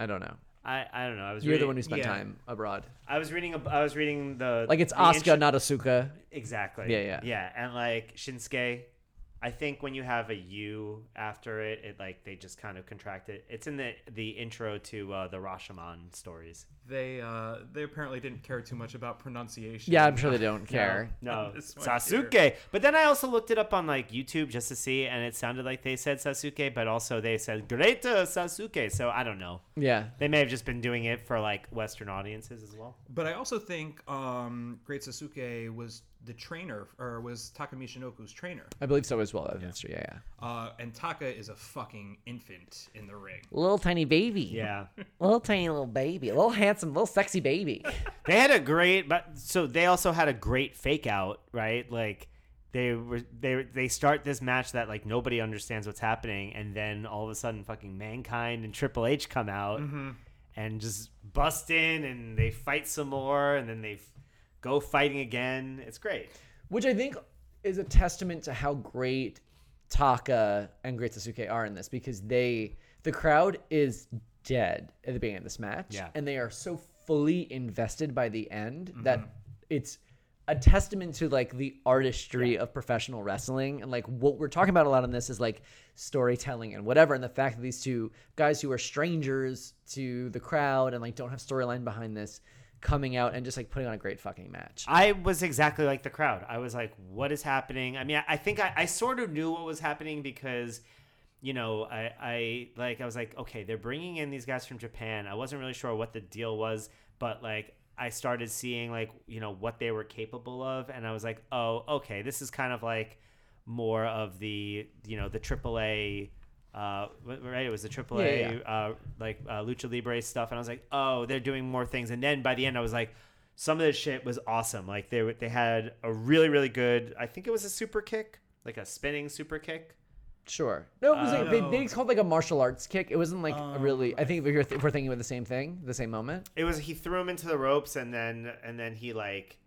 C: I don't know.
B: I, I don't know. I was
C: You're
B: reading,
C: the one who spent
A: yeah.
C: time abroad.
B: I was reading. ab- I was reading the
C: Like it's
B: the
C: Asuka,
B: intro-
C: not Asuka.
B: Exactly.
C: Yeah, yeah.
B: Yeah, and like Shinsuke, I think when you have a U after it, it like they just kind of contract it. It's in the the intro to uh, the Rashomon stories.
A: They uh, they apparently didn't care too much about pronunciation.
C: Yeah, I'm sure they don't care.
B: No,
A: <laughs> This one
B: Sasuke. But then I also looked it up on like YouTube just to see, and it sounded like they said Sasuke, but also they said Great uh, Sasuke. So I don't know.
C: Yeah,
B: They may have just been doing it for like Western audiences as well.
A: But I also think um, Great Sasuke was the trainer, or was Takamishinoku's trainer.
C: I believe so as well. That's true. Yeah, yeah.
A: Uh, and Taka is a fucking infant in the ring.
C: Little tiny baby.
B: Yeah. <laughs>
C: Little tiny little baby. Little handsome, little sexy baby.
B: They had a great, but so they also had a great fake out, right? Like they were they they start this match that like nobody understands what's happening, and then all of a sudden, fucking mankind and Triple H come out and just bust in, and they fight some more, and then they f- go fighting again. It's great.
C: which I think is a testament to how great Taka and Great Sasuke are in this because they the crowd is dead at the beginning of this match
B: Yeah.
C: and they are so fully invested by the end that it's a testament to like the artistry of professional wrestling and like what we're talking about a lot in this is like storytelling and whatever and the fact that these two guys who are strangers to the crowd and like don't have storyline behind this coming out and just like putting on a great fucking match.
B: I was exactly like the crowd. I was like, what is happening? I mean, I, I think I, I sort of knew what was happening because, you know, I, I like, I was like, okay, they're bringing in these guys from Japan. I wasn't really sure what the deal was, but like, I started seeing like, you know, what they were capable of. And I was like, oh, okay, this is kind of like more of the, you know, the AAA. Uh, right, it was the AAA
C: Yeah, yeah, yeah.
B: uh, like uh, lucha libre stuff, and I was like, oh, they're doing more things. And then by the end, I was like, some of this shit was awesome. Like they were- they had a really really good. I think it was a super kick, like a spinning super kick.
C: Sure. No, it was like they,
B: Oh.
C: they called like a martial arts kick. It wasn't like a really. I think if, you're if we're thinking about the same thing, the same moment.
B: It was he threw him into the ropes and then and then he like,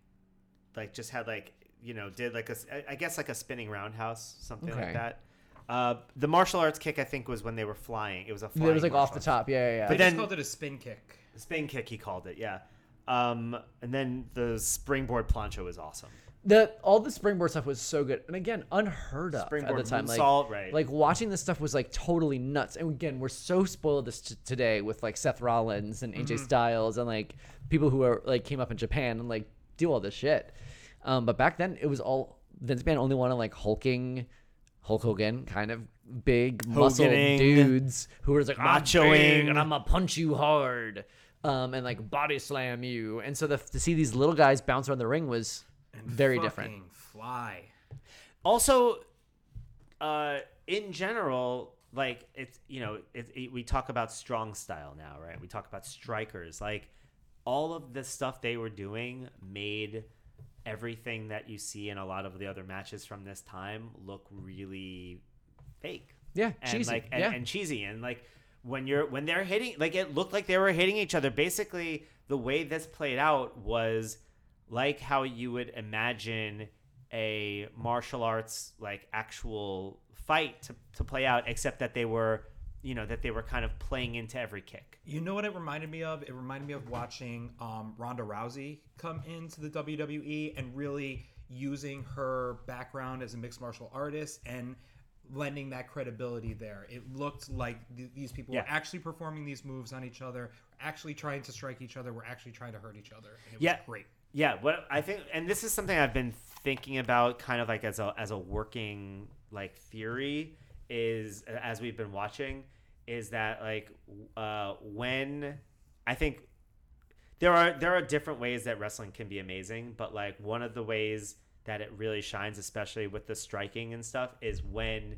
B: like just had like you know did like a s- I I guess like a spinning roundhouse something
C: Okay.
B: like that. Uh, the martial arts kick, I think, was when they were flying. It was a flying.
C: It was like off the
B: martial
C: top. Yeah, yeah, yeah.
A: They just
B: But then-
A: called it a spin kick.
B: arts. Spin kick, he called it, yeah. Um, and then the springboard plancha was awesome.
C: the all the springboard stuff was so good, and again, unheard of
B: Springboard
C: at the time. Like,
B: moonsault, right.
C: like watching this stuff was like totally nuts. And again, we're so spoiled this t- today with like Seth Rollins and AJ
B: Mm-hmm.
C: Styles and like people who are like came up in Japan and like do all this shit. Um, but back then, it was all Vince McMahon only wanted like hulking, Hulk Hogan kind of big muscle
B: Hoganing.
C: dudes who were just like machoing
B: Machoing.
C: and I'm gonna punch you hard. Um, and like body slam you, and so the, to see these little guys bounce around the ring was very different.
A: Fucking Fly.
B: also uh in general like it's you know it, it, we talk about strong style now right we talk about strikers like all of the stuff they were doing made everything that you see in a lot of the other matches from this time look really fake
C: Yeah,
B: and
C: cheesy,
B: like and,
C: yeah.
B: and cheesy and like when you're when they're hitting like it looked like they were hitting each other basically the way this played out was like how you would imagine a martial arts like actual fight to, to play out except that they were you know that they were kind of playing into every kick
A: You know what it reminded me of? It reminded me of watching um, Ronda Rousey come into the WWE and really using her background as a mixed martial artist and lending that credibility there. It looked like th- these people
B: Yeah.
A: were actually performing these moves on each other, actually trying to strike each other, were actually trying to hurt each other. And it was
B: Yeah.
A: great.
B: Yeah, what I think, and this is something I've been thinking about, kind of like as a as a working like theory, is as we've been watching, is that like uh, when I think there are there are different ways that wrestling can be amazing, but like one of the ways that it really shines, especially with the striking and stuff, is when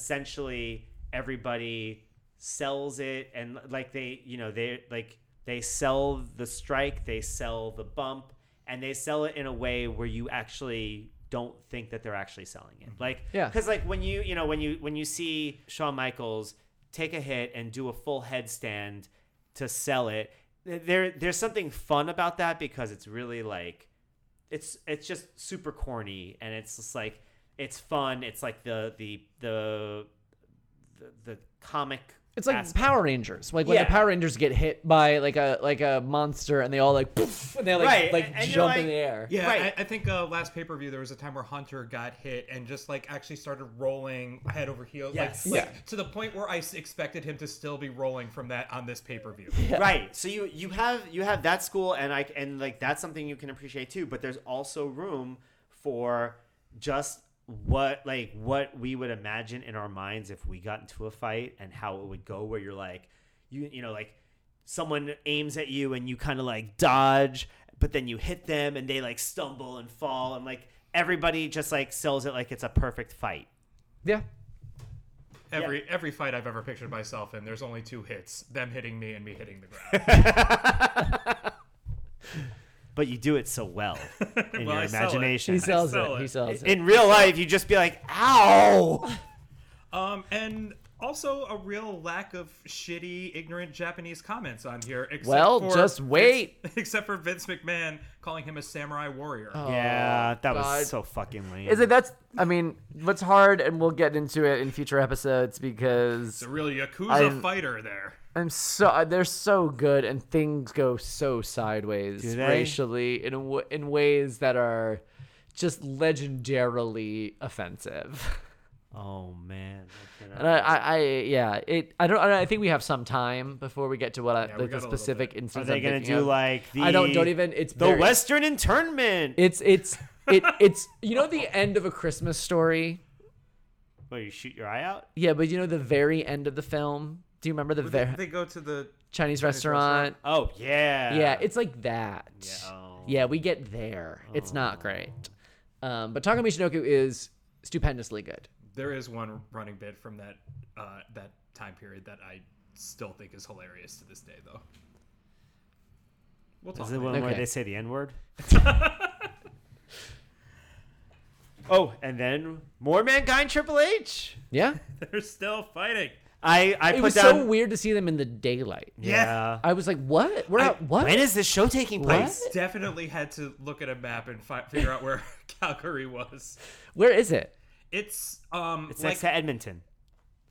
B: essentially everybody sells it and like they you know they like they sell the strike, they sell the bump, and they sell it in a way where you actually don't think that they're actually selling it. Like
C: Yeah.
B: because like when you you know when you when you see Shawn Michaels take a hit and do a full headstand to sell it, there there's something fun about that because it's really like it's it's just super corny and it's just like it's fun. It's like the the the the, the comic.
C: It's like
B: aspect.
C: Power Rangers. Like when
B: Yeah.
C: the Power Rangers get hit by like a like a monster and they all like poof and they like
B: Right,
C: like
B: and- and you're
C: jump
B: like-
C: in the air.
A: Yeah,
B: Right.
A: I, I think uh, last pay per view there was a time where Hunter got hit and just like actually started rolling head over heels, like-
B: Yes.
A: like,
C: Yeah.
A: to the point where I s- expected him to still be rolling from that on this pay per view.
B: right so you you have you have that school and i and like that's something you can appreciate too but there's also room for just what like what we would imagine in our minds if we got into a fight and how it would go where you're like you you know like someone aims at you and you kind of like dodge but then you hit them and they like stumble and fall and like everybody just like sells it like it's a perfect fight
C: Yeah.
A: Every every fight I've ever pictured myself in, there's only two hits: them hitting me and me hitting the ground.
B: but you do it
A: <laughs>
B: so well <laughs> in
A: Well,
B: your
A: I sell it.
B: imagination
C: He sells
A: sell
C: it.
A: it.
C: He sells it. uh,
B: in real life, you just be like,
C: <laughs>
B: "Ow!"
A: Um, and also a real lack of shitty, ignorant Japanese comments on here. Except
C: Well,
A: for
C: just
A: Vince-
C: wait.
A: <laughs> except for Vince McMahon calling him a samurai warrior.
B: Oh. yeah, that
C: Oh, God.
B: was so fucking lame.
C: Is it that's I mean, what's hard and we'll get into it in future episodes because
A: It's a real yakuza
C: I'm-
A: fighter there.
C: I'm so uh, they're so good and things go so sideways
B: they?
C: racially in a w- in ways that are just legendarily offensive. <laughs>
B: oh man, I cannot-
C: And I, I, I, yeah, it. I don't. I think we have some time before we get to what I,
A: we got
C: like the
A: a little
C: specific
A: bit.
B: are
C: instance.
B: they
C: I'm
B: gonna
C: thinking
B: do
C: of.
B: like the?
C: I don't. Don't even. It's
B: the
C: very-
B: Western internment.
C: It's it's it it's you know the end of a Christmas story.
B: Where you shoot your eye out?
C: Yeah, but you know the very end of the film. Do you remember the very
A: They go to the
C: Chinese
A: restaurant?
B: Oh
C: restaurant?
B: yeah.
C: Yeah, it's like that. Yeah,
B: oh.
C: we get there. It's not great. Um, but Takumi Shinoku is stupendously good.
A: there is one running bit from that uh, that time period that I still think is hilarious to this day, though. We'll talk.
B: Is it the
A: later.
B: one where
C: Okay.
B: they say the N word? <laughs> oh, and then more mankind. Triple H.
C: Yeah,
A: <laughs> They're still fighting.
B: I I
C: it
B: put
C: was
B: down.
C: so weird to see them in the daylight.
B: yeah.
C: I was like, what? We're out. What?
B: When is this show taking
C: What?
B: place?
A: <laughs> Definitely had to look at a map and fi- figure out where Calgary was.
C: Where is it?
A: It's um
B: It's
A: like
B: next to Edmonton.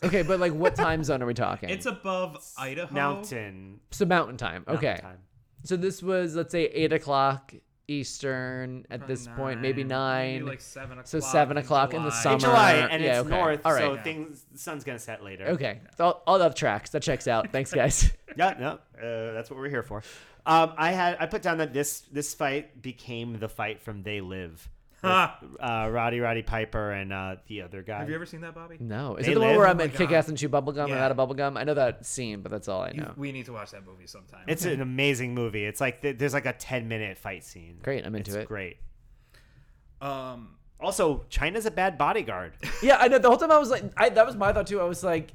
C: Okay, but like what time zone are we talking?
A: it's above Idaho.
B: Mountain.
C: so mountain time. Oh. Okay.
B: Mountain time.
C: So this was let's say eight o'clock Eastern at this point, maybe nine.
A: Maybe like seven o'clock.
C: So seven o'clock in the
A: July.
C: summer.
B: In July, and
C: Yeah,
B: it's
C: okay.
B: north,
C: All right.
B: so
C: Yeah.
B: things the sun's gonna set later.
C: okay. All, all that tracks. That checks out. Thanks, guys.
B: Yeah, no, uh, that's what we're here for. Um, I had I put down that this this fight became the fight from They Live, with,
A: Ha!
B: uh, Roddy Roddy Piper and uh, the other guy.
A: Have Ah, you ever seen that, Bobby?
C: No, is
B: They
C: it the one
B: live?
C: where
B: Oh
C: I'm
A: my
C: gonna kick
A: God.
C: ass and chew bubblegum gum and
A: Yeah.
C: out of bubblegum? I know that scene, but that's all I
A: You-
C: know.
A: We need to watch that movie sometime.
B: It's an amazing movie. It's like th- there's like a ten minute fight scene.
C: Great, I'm into
B: It's
C: it.
B: Great.
A: um
B: Also, China's a bad bodyguard.
C: Yeah, I know. The whole time I was like, I, that was my thought too. I was like,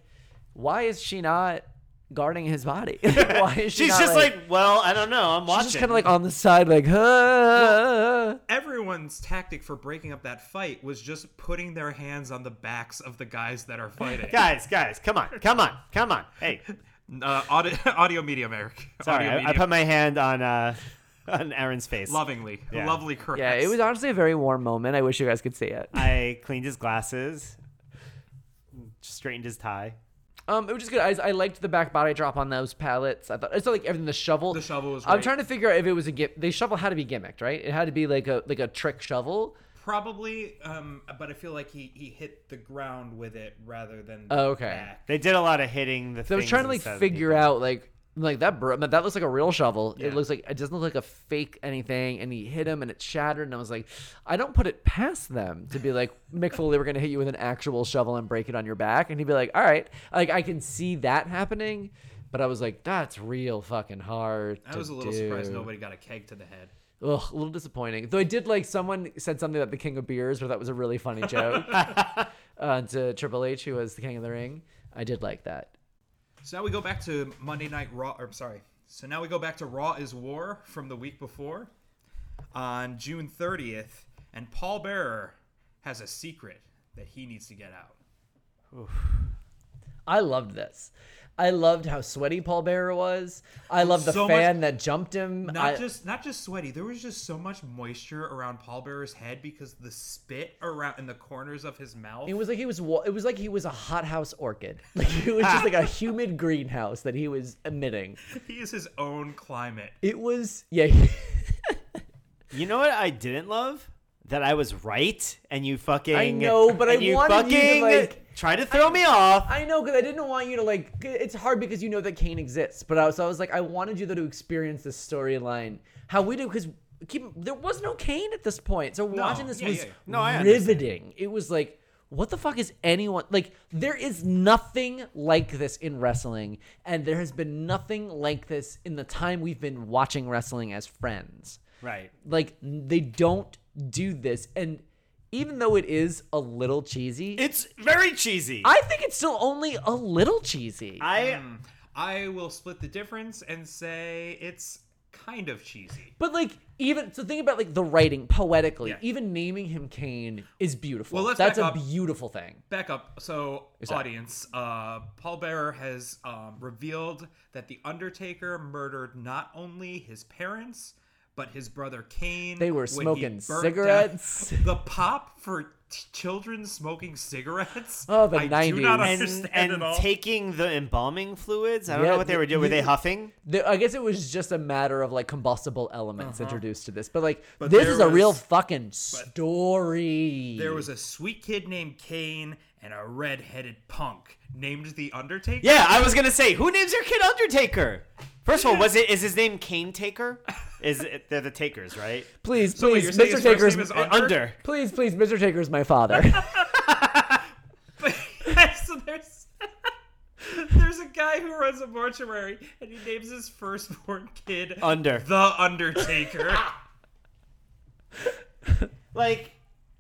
C: why is she not guarding his body? <laughs> <laughs> why is she
B: She's
C: not,
B: just like, well, I don't know. I'm watching.
C: she's just kind of like oh. on the side, like, huh.
A: everyone's tactic for breaking up that fight was just putting their hands on the backs of the guys that are
C: <laughs>
A: fighting.
B: guys, guys, come on, come on, come on. Hey,
A: Uh, audio, <laughs> audio medium, Eric.
B: sorry,
A: audio
B: I, I put my hand on uh, <laughs> on Aaron's face.
A: lovingly,
B: Yeah.
A: lovely caress.
C: yeah, it was honestly a very warm moment. I wish you guys could see it.
B: I cleaned his glasses, straightened his tie.
C: Um, it was just good. I, I liked the back body drop on those pallets. I thought it's like everything. The shovel.
A: The shovel was
C: I'm
A: great.
C: trying to figure out if it was a gim. The shovel had to be gimmicked, right? It had to be like a like a trick shovel.
A: probably, um, but I feel like he he hit the ground with it rather than. the
C: Oh, okay.
A: back.
B: They did a lot of hitting the.
C: So I was
B: things
C: trying to like
B: instead of
C: figure
B: people.
C: out like I'm like that bro that looks like a real shovel.
A: Yeah.
C: It looks like it doesn't look like a fake anything. And he hit him and it shattered. And I was like, I don't put it past them to be like <laughs> Mick Foley, we're gonna hit you with an actual shovel and break it on your back. And he'd be like, all right, like I can see that happening. But I was like, that's real fucking hard.
A: I
C: to
A: was a little
C: do.
A: surprised nobody got a keg to the head.
C: Ugh, a little disappointing. Though I did like someone said something about the King of Beers, where that was a
A: <laughs>
C: really funny joke uh, to Triple H, who was the King of the Ring. I did like that.
A: So now we go back to Monday Night Raw. Or sorry. So now we go back to Raw is War from the week before, on June 30th, and Paul Bearer has a secret that he needs to get out.
C: I loved this. I loved how sweaty Paul Bearer was. I loved the
A: So much-
C: fan that jumped him.
A: Not
C: I-
A: just not just sweaty. There was just so much moisture around Paul Bearer's head because the spit around in the corners of his mouth.
C: it was like he was. wa- It was like he was a hothouse orchid. <laughs> Like it was
A: <laughs>
C: just like a humid greenhouse that he was emitting.
A: he is his own climate.
C: It was yeah. he-
B: You know what I didn't love? That I was right, and you fucking.
C: I know, but I
B: and you
C: wanted you to,
B: fucking
C: like-
B: try to throw me off.
C: I know because I didn't want you to like. It's hard because you know that Kane exists, but I was, so I was like, I wanted you to experience this storyline how we do because keep there was no Kane at this point, so watching this
A: yeah,
C: was
A: yeah, yeah.
B: No, I understand.
C: riveting. It was like. What the fuck is anyone like? There is nothing like this in wrestling, and there has been nothing like this in the time we've been watching wrestling as friends
B: Right.
C: like they don't do this and even though it is a little cheesy
B: It's very cheesy.
C: i think it's still only a little cheesy
B: I
A: Mm. I will split the difference and say it's kind of cheesy.
C: but like even so think about like the writing poetically
A: Yeah.
C: even naming him kane is beautiful
A: Well, let's
C: that's a
A: back up.
C: beautiful thing
A: Back up. So,
C: that-
A: audience, uh, Paul Bearer has um, revealed that the Undertaker murdered not only his parents but his brother Kane.
C: They were
A: when he
C: smoking
A: burnt down-
C: cigarettes.
A: <laughs> The pop for t- children smoking cigarettes.
C: <laughs> Oh, the
A: I do not
C: 90s.
B: and,
A: understand
B: and
A: at all.
B: taking the embalming fluids. I don't
C: Yeah,
B: know what they were doing. Were they huffing?
C: The- i guess it was just a matter of like combustible elements introduced to this but like
A: Uh-huh. But
C: this
A: there
C: is a real
A: was-
C: fucking story
A: There was a sweet kid named Kane and a red-headed punk named the Undertaker.
B: Yeah, I was gonna say, who names your kid Undertaker? First of all, was it is his name Kane Taker? Is it, they're the Takers, right?
C: please
A: So wait,
C: please
A: you're saying
C: mr
A: his first
C: taker's
A: name is
B: Uh,
A: Under?
B: Under.
C: please please mr taker's
A: <laughs>
C: my father <laughs>
A: so there's <laughs> there's a guy who runs a mortuary and he names his firstborn kid
B: Under.
A: the Undertaker. <laughs>
B: Like,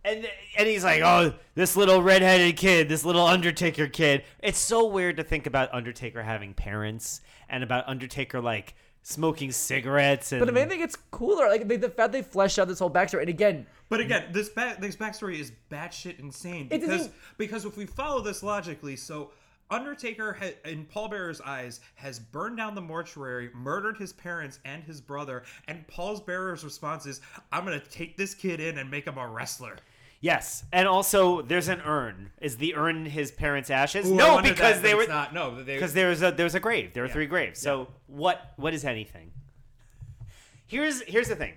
B: and and he's like, oh, this little redheaded kid, this little Undertaker kid. It's so weird to think about Undertaker having parents and about Undertaker like smoking cigarettes and.
C: But if anything, it's cooler. Like the, the fact they fleshed out this whole backstory, and again,
A: but again, this back this backstory is batshit insane
C: It's
A: because
C: insane.
A: because if we follow this logically, so. Undertaker, ha- in Paul Bearer's eyes, has burned down the mortuary, murdered his parents and his brother, and Paul Bearer's response is, "I'm gonna take this kid in and make him a wrestler."
B: Yes, and also there's an urn. Is the urn his parents' ashes?
A: Ooh, I
B: no,
A: wondered
B: because
A: that,
B: they
A: but
B: were
A: it's not. No, they,
B: because there was a there was a grave. There were three graves. So what what is anything? Here's here's the thing.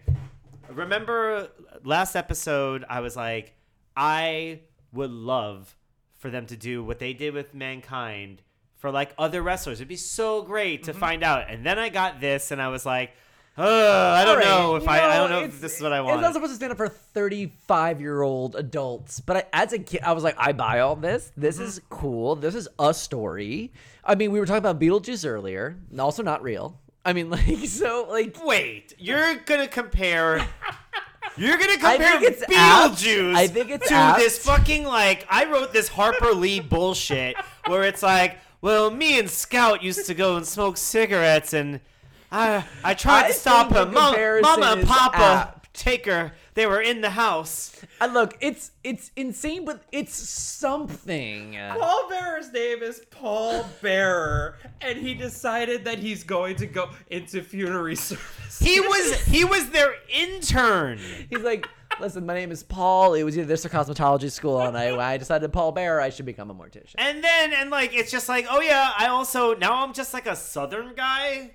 B: Remember last episode I was like I would love for them to do what they did with mankind for like other wrestlers. It'd be so great to
C: Mm-hmm.
B: find out. And then I got this and I was like, "Ugh, I don't
C: All right,
B: know if
C: you
B: I I don't know
C: it's-
B: if this is what I want."
C: It's not supposed to stand up for 35 year old adults, but I, as a kid, I was like, I buy all this. This
B: Mm-hmm.
C: is cool. This is a story. I mean, we were talking about Beetlejuice earlier, also not real. I mean, <laughs> like, so, like,
B: Wait, you're gonna compare. You're gonna
C: I
B: compare
C: think it's
B: Beetlejuice
C: apt. I think it's
B: to
C: apt.
B: this fucking like I wrote this Harper Lee bullshit where it's like, well, me and Scout used to go and smoke cigarettes, and I I tried
C: I
B: to stop
C: think the
B: her. Mom,
C: comparison
B: Mama and
C: is
B: Papa,
C: apt.
B: take her. They were in the house.
C: I look, it's it's insane, but it's something.
A: Paul Bearer's name is Paul Bearer, and he decided that he's going to go into funerary <laughs> service.
B: He was he was their intern.
C: He's like, listen, my name is Paul. It was either this or cosmetology school, and I, I decided Paul Bear, I should become a mortician.
B: And then and like it's just like, oh yeah, I also now I'm just like a southern guy.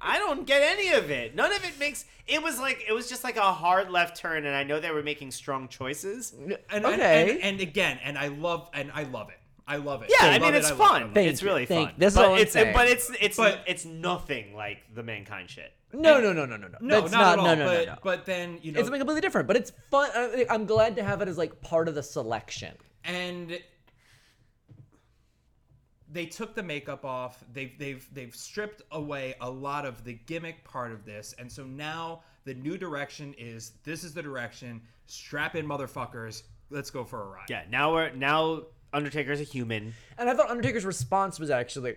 B: I don't get any of it. None of it makes it was like it was just like a hard left turn and I know they were making strong choices. Yeah,
A: and,
C: Okay.
A: And, and, and again, and I love and I love it. I love it.
B: I mean
A: love it,
B: it's
A: love it, I
B: fun.
A: love it.
C: Thank
B: it's
C: you,
B: really
C: thank
B: fun.
C: you. That's
B: but
C: all I'm
B: it's
C: saying.
B: but it's it's
A: But-
B: it's nothing like the mankind shit.
C: No, no, no, no, no, no.
A: No,
C: That's
A: not, at all.
C: no, no, no,
A: but,
C: no.
A: but then you know,
C: it's something completely different, but it's fun. I, I'm glad to have it as like part of the selection.
A: and they took the makeup off. They've they've they've stripped away a lot of the gimmick part of this, and so now the new direction is this is the direction. Strap in, motherfuckers. Let's go for a ride.
B: Yeah, now we're now Undertaker's a human.
C: And I thought Undertaker's response was actually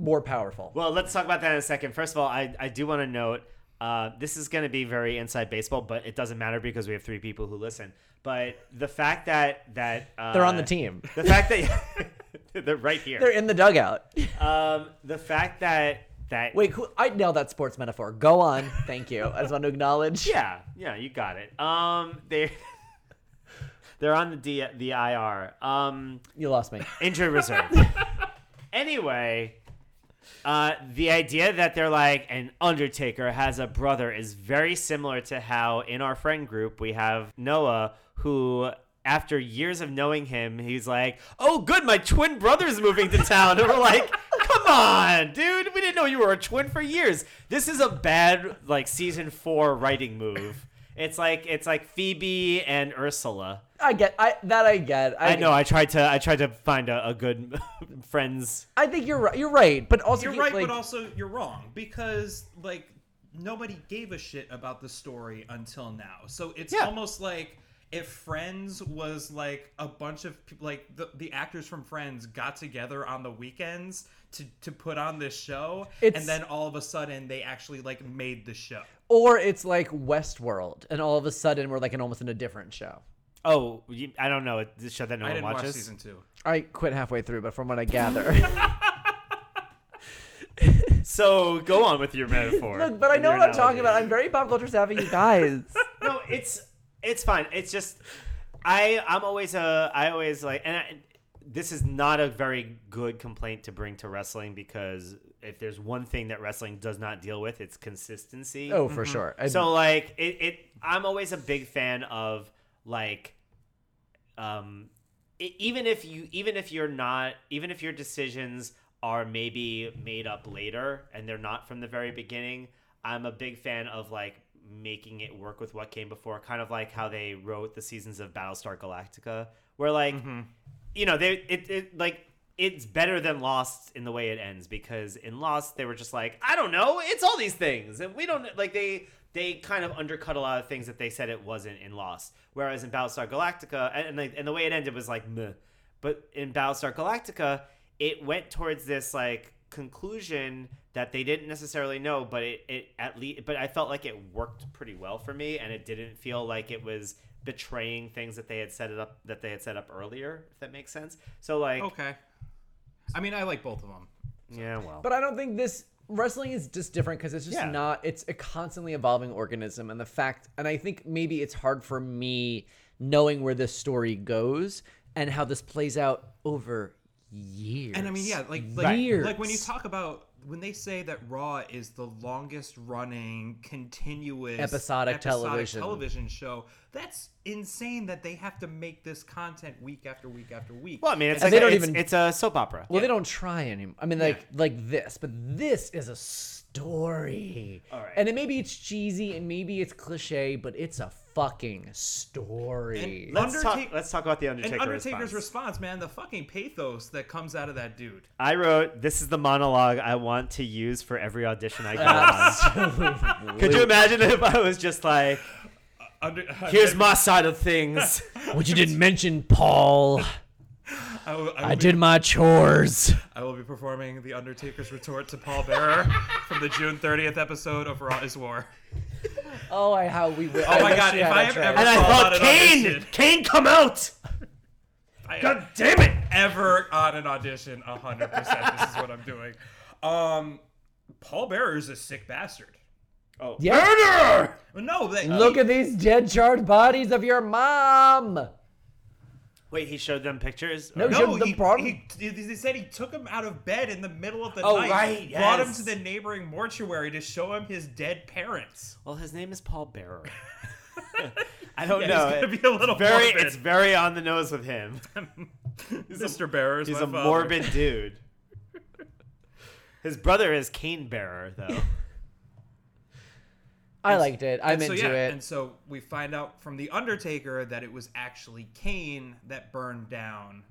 C: more powerful.
B: Well, let's talk about that in a second. First of all, I, I do want to note uh, this is going to be very inside baseball, but it doesn't matter because we have three people who listen. But the fact that that uh,
C: They're on the team.
B: The fact that <laughs> they're right here.
C: They're in the dugout.
B: um, the fact that that
C: Wait, who, I nailed that sports metaphor. Go on. Thank you. I just want to acknowledge.
B: yeah, yeah, you got it. Um, they <laughs> they're on the D, the IR. Um,
C: You lost me.
B: injured reserve. anyway, uh, the idea that they're like an Undertaker has a brother is very similar to how in our friend group we have Noah, who after years of knowing him, he's like, "Oh, good, my twin brother's moving to town," and we're like. Come on, dude. We didn't know you were a twin for years. This is a bad like season 4 writing move. It's like it's like Phoebe and Ursula.
C: I get I that I get. I,
B: I know. I tried to. I tried to find a, a good <laughs> friends.
C: I think you're right. You're right, but also
A: You're
C: he-
A: right,
C: like,
A: but also you're wrong because like nobody gave a shit about the story until now. So it's
B: Yeah.
A: almost like if Friends was like a bunch of peop- like the, the actors from Friends got together on the weekends to to put on this show,
C: It's-
A: and then all of a sudden they actually like made the show.
C: or it's like Westworld, and all of a sudden we're like in almost in a different show.
B: Oh, you, I don't know. It's a show that no
A: I
B: one
A: didn't watch
B: watches.
A: season two.
C: I quit halfway through, but from what I gather,
B: So go on with your metaphor.
C: <laughs> Look, but I
B: and
C: know
B: your
C: what I'm talking about.
B: analogy.
C: I'm very pop culture savvy, you guys.
B: no, it's it's fine. It's just I I'm always a I always like and I, this is not a very good complaint to bring to wrestling because if there's one thing that wrestling does not deal with, it's consistency.
C: oh, for sure. I-
B: so like it, it i'm always a big fan of like um e- even if you even if you're not even if your decisions are maybe made up later and they're not from the very beginning i'm a big fan of like making it work with what came before kind of like how they wrote the seasons of battlestar galactica where like you know they it, it like it's better than lost in the way it ends because in lost they were just like i don't know it's all these things and we don't like they they kind of undercut a lot of things that they said it wasn't in lost whereas in battlestar galactica and, and, like, and the way it ended was like meh. but in battlestar galactica it went towards this like conclusion that they didn't necessarily know but it, it at least but i felt like it worked pretty well for me and it didn't feel like it was betraying things that they had set it up that they had set up earlier if that makes sense so like
A: Okay, I mean I like both of them.
B: yeah well
C: But I don't think this wrestling is just different because it's just
B: Yeah.
C: not. It's a constantly evolving organism, and the fact, and I think maybe it's hard for me knowing where this story goes and how this plays out over years.
A: And I mean, yeah, like like,
C: years.
A: like when you talk about when they say that Raw is the longest running continuous
C: Episodic television.
A: television show, that's insane that they have to make this content week after week after week.
B: Well, I mean, it's
C: And
B: like
C: they
B: a-
C: don't
B: it's,
C: even-
B: it's a soap opera.
C: Well, they don't try anymore. I mean, like like this, but this is a story. All right. And it, maybe it's cheesy and maybe it's cliche, but it's a fucking story.
A: And
B: Let's,
A: Undertak-
B: talk, let's talk about the
A: and
B: Undertaker
A: Undertaker's response,
B: response.
A: man, the fucking pathos that comes out of that dude.
B: I wrote, "This is the monologue I want to use for every audition
C: <laughs>
B: I
A: <laughs>
B: go on." Could you imagine if I was just like,
A: Under, <laughs>
B: "Here's my side of
C: <laughs>
B: things."
C: Which you didn't mention, Paul.
A: I will, I, will
C: I
A: be,
C: did my chores.
A: I will be performing the Undertaker's retort to Paul Bearer from the June 30th episode of Raw is War.
C: Oh, I how we. Oh
A: my God, if I ever-
B: And I
A: Paul
B: thought,
A: wanted
B: "Kane,
A: audition."
B: Kane, come out!
A: I-
B: God damn it!"
A: ever on an audition, hundred percent. This is what I'm doing. Um, Paul Bearer is a sick bastard.
C: yeah.
A: But no, uh, that,
C: Look at these dead, charred bodies of your mom.
B: Wait, he showed them pictures.
C: No,
A: no.
C: the
A: He,
C: problem-
A: he, they said he took him out of bed in the middle of the
B: Oh,
A: night,
B: right,
A: brought him
B: yes.
A: to the neighboring mortuary to show him his dead parents.
B: Well, his name is Paul <laughs> Bearer. I don't
A: Yeah,
B: know.
A: he's gonna be a little
B: Oh, it's very,
A: morbid. <laughs>
B: it's very on the nose with him.
A: Mr. Bearer is
B: He's
A: my
B: a
A: father. <laughs>
B: morbid dude. His brother is Cane Bearer,
A: <laughs>
B: though.
C: I liked it. I'm
A: And so
C: into
A: yeah,
C: it.
A: and so we find out from the Undertaker that it was actually Kane that burned down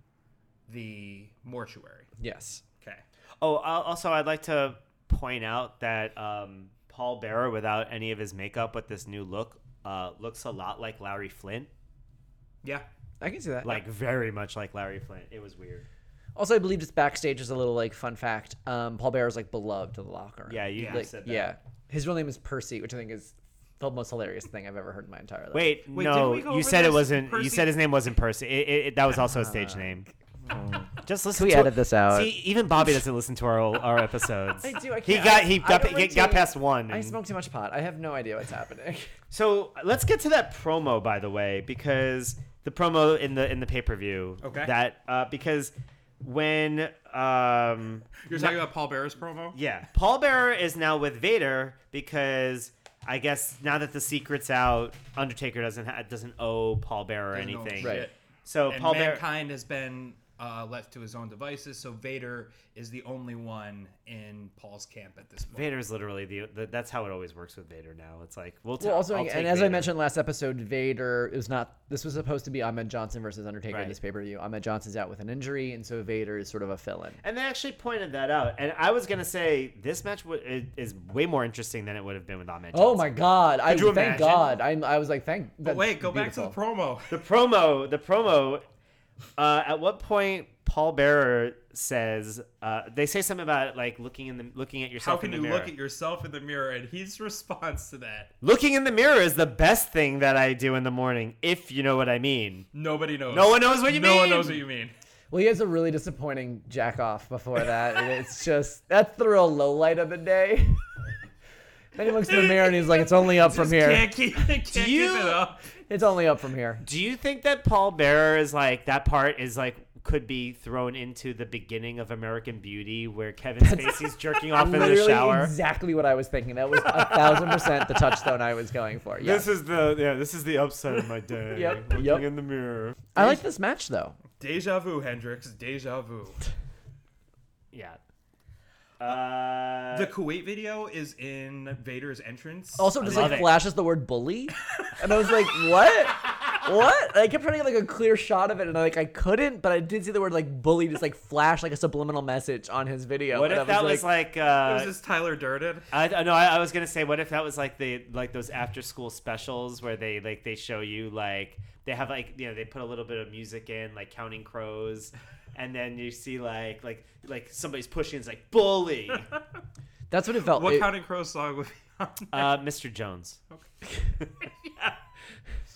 A: the mortuary.
C: yes.
A: Okay.
B: Oh, al- also, I'd like to point out that um, Paul Bearer, without any of his makeup, with this new look, uh, looks a lot like Larry Flint.
A: Yeah.
C: I can see that.
B: Like, very much like Larry Flint. It was weird.
C: Also, I believe just backstage is a little like fun fact. Um, Paul Bearer's like beloved to the locker room.
B: Yeah, you
A: Yeah.
B: you
C: like,
B: said that.
C: yeah. His real name is Percy, which I think is the most hilarious thing I've ever heard in my entire life.
B: Wait,
A: Wait, didn't
B: no,
A: we go
B: you
A: over
B: said it
A: this,
B: wasn't.
A: Percy? Ah.
B: You said his name wasn't Percy. It, it, it- that was also a stage name. Just listen.
C: Hmm. we
B: to
C: edit this out?
B: See, even Bobby doesn't listen to our our episodes.
C: <laughs> I do. I can't.
B: He got
C: I-
B: he
C: I
B: got,
C: don't
B: he
C: like
B: got
C: to-
B: past one.
C: I
B: and-
C: smoke too much pot. I have no idea what's happening. <laughs>
B: So let's get to that promo, by the way, because the promo in the in the pay per view.
A: Okay.
B: That uh, because when um
A: You're talking about Paul Bearer's promo?
B: yeah Paul Bearer is now with Vader because I guess now that the secret's out, Undertaker doesn't ha- doesn't owe Paul Bearer
A: Doesn't owe
B: anything.
A: shit.
C: Right.
B: So
A: And
B: Paul Bearer.
A: mankind has been uh, left to his own devices, so Vader is the only one in Paul's camp at this point.
B: Vader's literally the, the that's how it always works with Vader now. It's like we'll, ta-
C: Well, also,
B: I'll
C: and
B: take
C: as I
B: Vader.
C: mentioned last episode, Vader is not. This was supposed to be Ahmed Johnson versus Undertaker in
B: Right.
C: this pay per view. Ahmed Johnson's out with an injury, and so Vader is sort of a fill in.
B: and they actually pointed that out. And I was gonna say this match w- is is way more interesting than it would have been with Ahmed.
C: Oh
B: Johnson.
C: my God! I
B: Could you
C: thank
B: imagine?
C: God. I'm. I was like, thank.
A: But
C: that's
A: wait, go back to the
C: beautiful.
A: promo.
B: The promo, the promo. Uh, at what point Paul Bearer says uh, they say something about like looking in the looking at
A: How
B: yourself.
A: can
B: in
A: you
B: the mirror.
A: look at yourself in the mirror? And his <laughs> response to that,
B: looking in the mirror is the best thing that I do in the morning, if you know what I mean.
A: nobody knows.
B: No one knows what you
A: No one
B: mean.
A: knows what you
B: <laughs>
A: mean.
C: Well, he has a really disappointing jack off before that,
B: <laughs>
C: and it's just that's the real low light of the day. <laughs> then he looks in the mirror and he's like, "It's only up from
A: Just
C: here.
A: Can't keep, <laughs> can't
B: you-
A: keep it up.
C: It's only up from here."
B: Do you think that Paul Bearer is like that part is like could be thrown into the beginning of American Beauty where Kevin <laughs> Spacey's jerking off in the
C: Literally
B: shower?
C: exactly what I was thinking. That was a thousand percent the touchstone I was
B: <laughs>
C: going for. Yeah.
B: is the yeah. This is the upside of my <laughs> day.
C: Yep, looking yep. in
B: the mirror.
C: I like this match though.
A: Deja vu, Hendrix. Deja vu.
B: Yeah. Uh,
A: The Kuwait video is in Vader's entrance.
C: Also, just
B: love
C: like
B: it.
C: flashes the word bully, and I was like, "What? What?" And I kept trying to get like a clear shot of it, and like I couldn't, but I did see the word like bully just like flash like a subliminal message on his video.
B: what
C: and
B: if
C: I
B: that was like? uh,
A: is this Tyler Durden?
B: I I- no, I, I was gonna say, what if that was like the like those after school specials where they like they show you like they have like you know they put a little bit of music in like Counting Crows, and then you see like like like somebody's pushing it's like
A: <laughs>
B: bully,
C: that's what it felt.
A: What
C: it-
A: Counting Crows song would be on? <laughs>
B: uh, Mr. Jones.